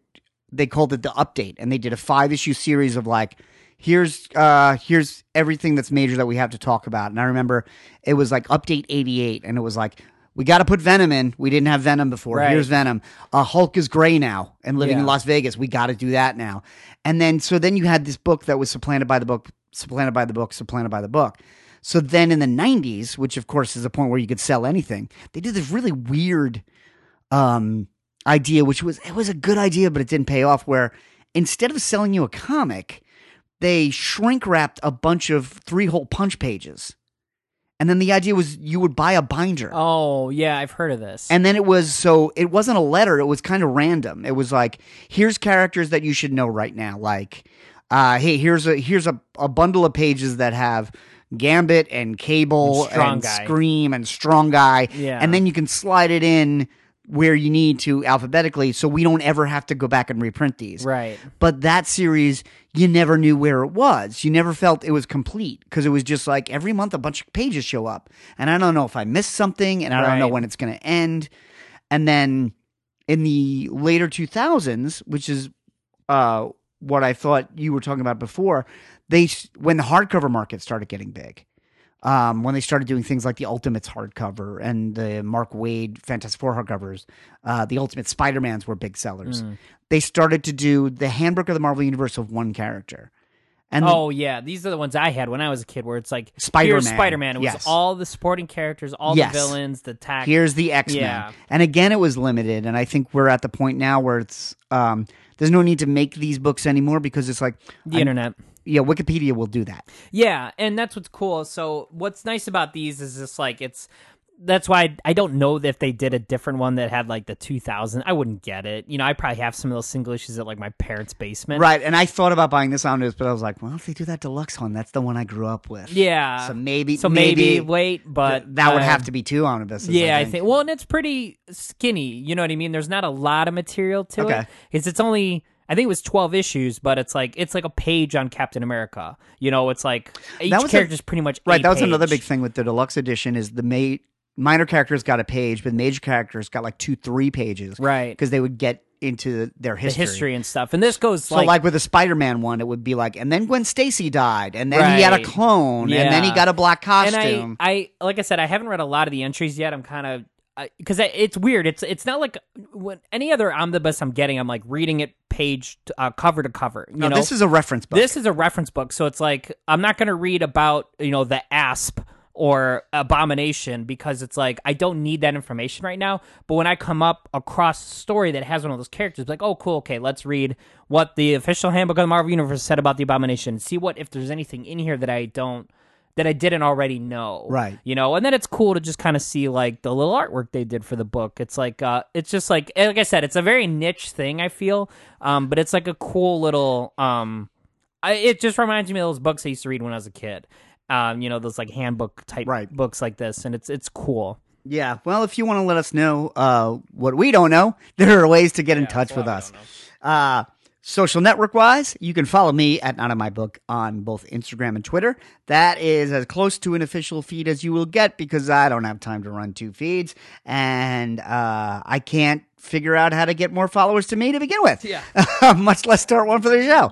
S1: they called it the update and they did a five issue series of like here's uh here's everything that's major that we have to talk about and i remember it was like update 88 and it was like we got to put venom in we didn't have venom before
S5: Right.
S1: here's venom uh, hulk is gray now and living in
S5: Yeah.
S1: las vegas we got to do that now and then so then you had this book that was supplanted by the book supplanted by the book supplanted by the book so then in the 90s which of course is a point where you could sell anything they did this really weird um, idea, which was it was a good idea, but it didn't pay off. Where instead of selling you a comic, they shrink wrapped a bunch of three whole punch pages, and then the idea was you would buy a binder,
S5: oh yeah i've heard of this
S1: and then it was so it wasn't a letter; it was kind of random. It was like here's characters that you should know right now, like. Uh, hey, here's a here's a, a bundle of pages that have Gambit and Cable
S5: And Strong
S1: and
S5: Guy.
S1: Scream and Strong Guy,
S5: Yeah.
S1: and then you can slide it in where you need to alphabetically so we don't ever have to go back and reprint these.
S5: right
S1: But that series, you never knew where it was. You never felt it was complete because it was just like every month a bunch of pages show up. And I don't know if I missed something and I don't know
S5: Right.
S1: when it's going to end. And then in the later 2000s, which is uh, what I thought you were talking about before, they s- when the hardcover market started getting big. um, when they started doing things like the Ultimates hardcover and the Mark Wade Fantastic Four hardcovers, uh, the Ultimate Spider Mans were big sellers. They started to do the handbook of the Marvel Universe of one character. And
S5: Oh yeah, these are the ones I had when I was a kid. Where it's like
S1: Spider-Man.
S5: Spider Man. It was
S1: Yes.
S5: all the supporting characters, all
S1: Yes.
S5: the villains, the tack.
S1: here's the X Men.
S5: Yeah.
S1: And again, it was limited. And I think we're at the point now where it's um, there's no need to make these books anymore because it's like,
S5: the internet.
S1: yeah, Wikipedia will do that.
S5: Yeah, and that's what's cool. So what's nice about these is just like it's that's why I, I don't know if they did a different one that had like the 2000 i wouldn't get it you know i probably have some of those single issues at like my parents basement
S1: Right. And I thought about buying this on this, but I was like, well, if they do that deluxe one, that's the one I grew up with.
S5: yeah
S1: So maybe,
S5: so
S1: maybe,
S5: maybe, wait but
S1: th- that would
S5: uh,
S1: have to be two omnibuses.
S5: yeah
S1: I
S5: i
S1: think.
S5: think well and it's pretty skinny you know what i mean there's not a lot of material to
S1: Okay.
S5: it it's it's only i think it was 12 issues but it's like it's like a page on captain america you know it's like each
S1: was a-
S5: character's pretty much
S1: right.
S5: a
S1: That was another
S5: page.
S1: big thing with the deluxe edition is the ma- minor characters got a page, but major characters got like two, three pages,
S5: Right.
S1: Because they would get into their
S5: the
S1: history.
S5: history and stuff and this goes
S1: So like, with the Spider-Man one, it would be like, and then Gwen Stacy died, and then he had a
S5: Right.
S1: clone, and then he
S5: Yeah.
S1: got a black costume.
S5: And I, I, like I said, I haven't read a lot of the entries yet. I'm kind of because it's weird. It's it's not like when any other omnibus I'm getting. I'm like reading it page to, uh, cover to cover. You
S1: no,
S5: know,
S1: this is a reference book.
S5: this is a reference book, so it's like I'm not going to read about you know the asp or abomination because it's like I don't need that information right now. But when I come up across a story that has one of those characters, like oh cool, okay, let's read what the official handbook of the Marvel Universe said about the abomination and see what if there's anything in here that I don't that I didn't already know.
S1: Right.
S5: You know, and then it's cool to just kind of see like the little artwork they did for the book. It's like uh it's just like and like I said, it's a very niche thing, I feel. Um, but it's like a cool little um I, it just reminds me of those books I used to read when I was a kid. Um, you know, those like handbook type
S1: Right.
S5: books like this and it's it's cool.
S1: Yeah. Well, if you want to let us know uh, what we don't know, <laughs> there are ways to get in touch with us. Uh, social network wise, you can follow me at Not in My Book on both Instagram and Twitter. That is as close to an official feed as you will get because I don't have time to run two feeds and uh, I can't figure out how to get more followers to me to begin with. Yeah. <laughs> Much less start one for the show.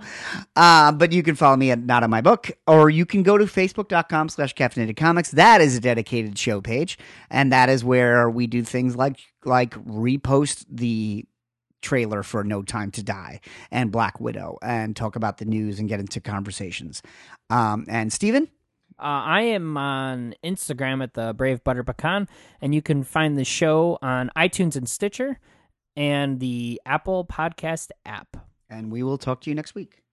S1: Uh, but you can follow me at Not in My Book, or you can go to facebook.com slash caffeinated comics. That is a dedicated show page. And that is where we do things like like repost the trailer for No Time to Die and Black Widow and talk about the news and get into conversations. Um, and Steven,
S5: Uh, I am on Instagram at the Brave Butter Pecan, and you can find the show on iTunes and Stitcher and the Apple Podcast app.
S1: and we will talk to you next week.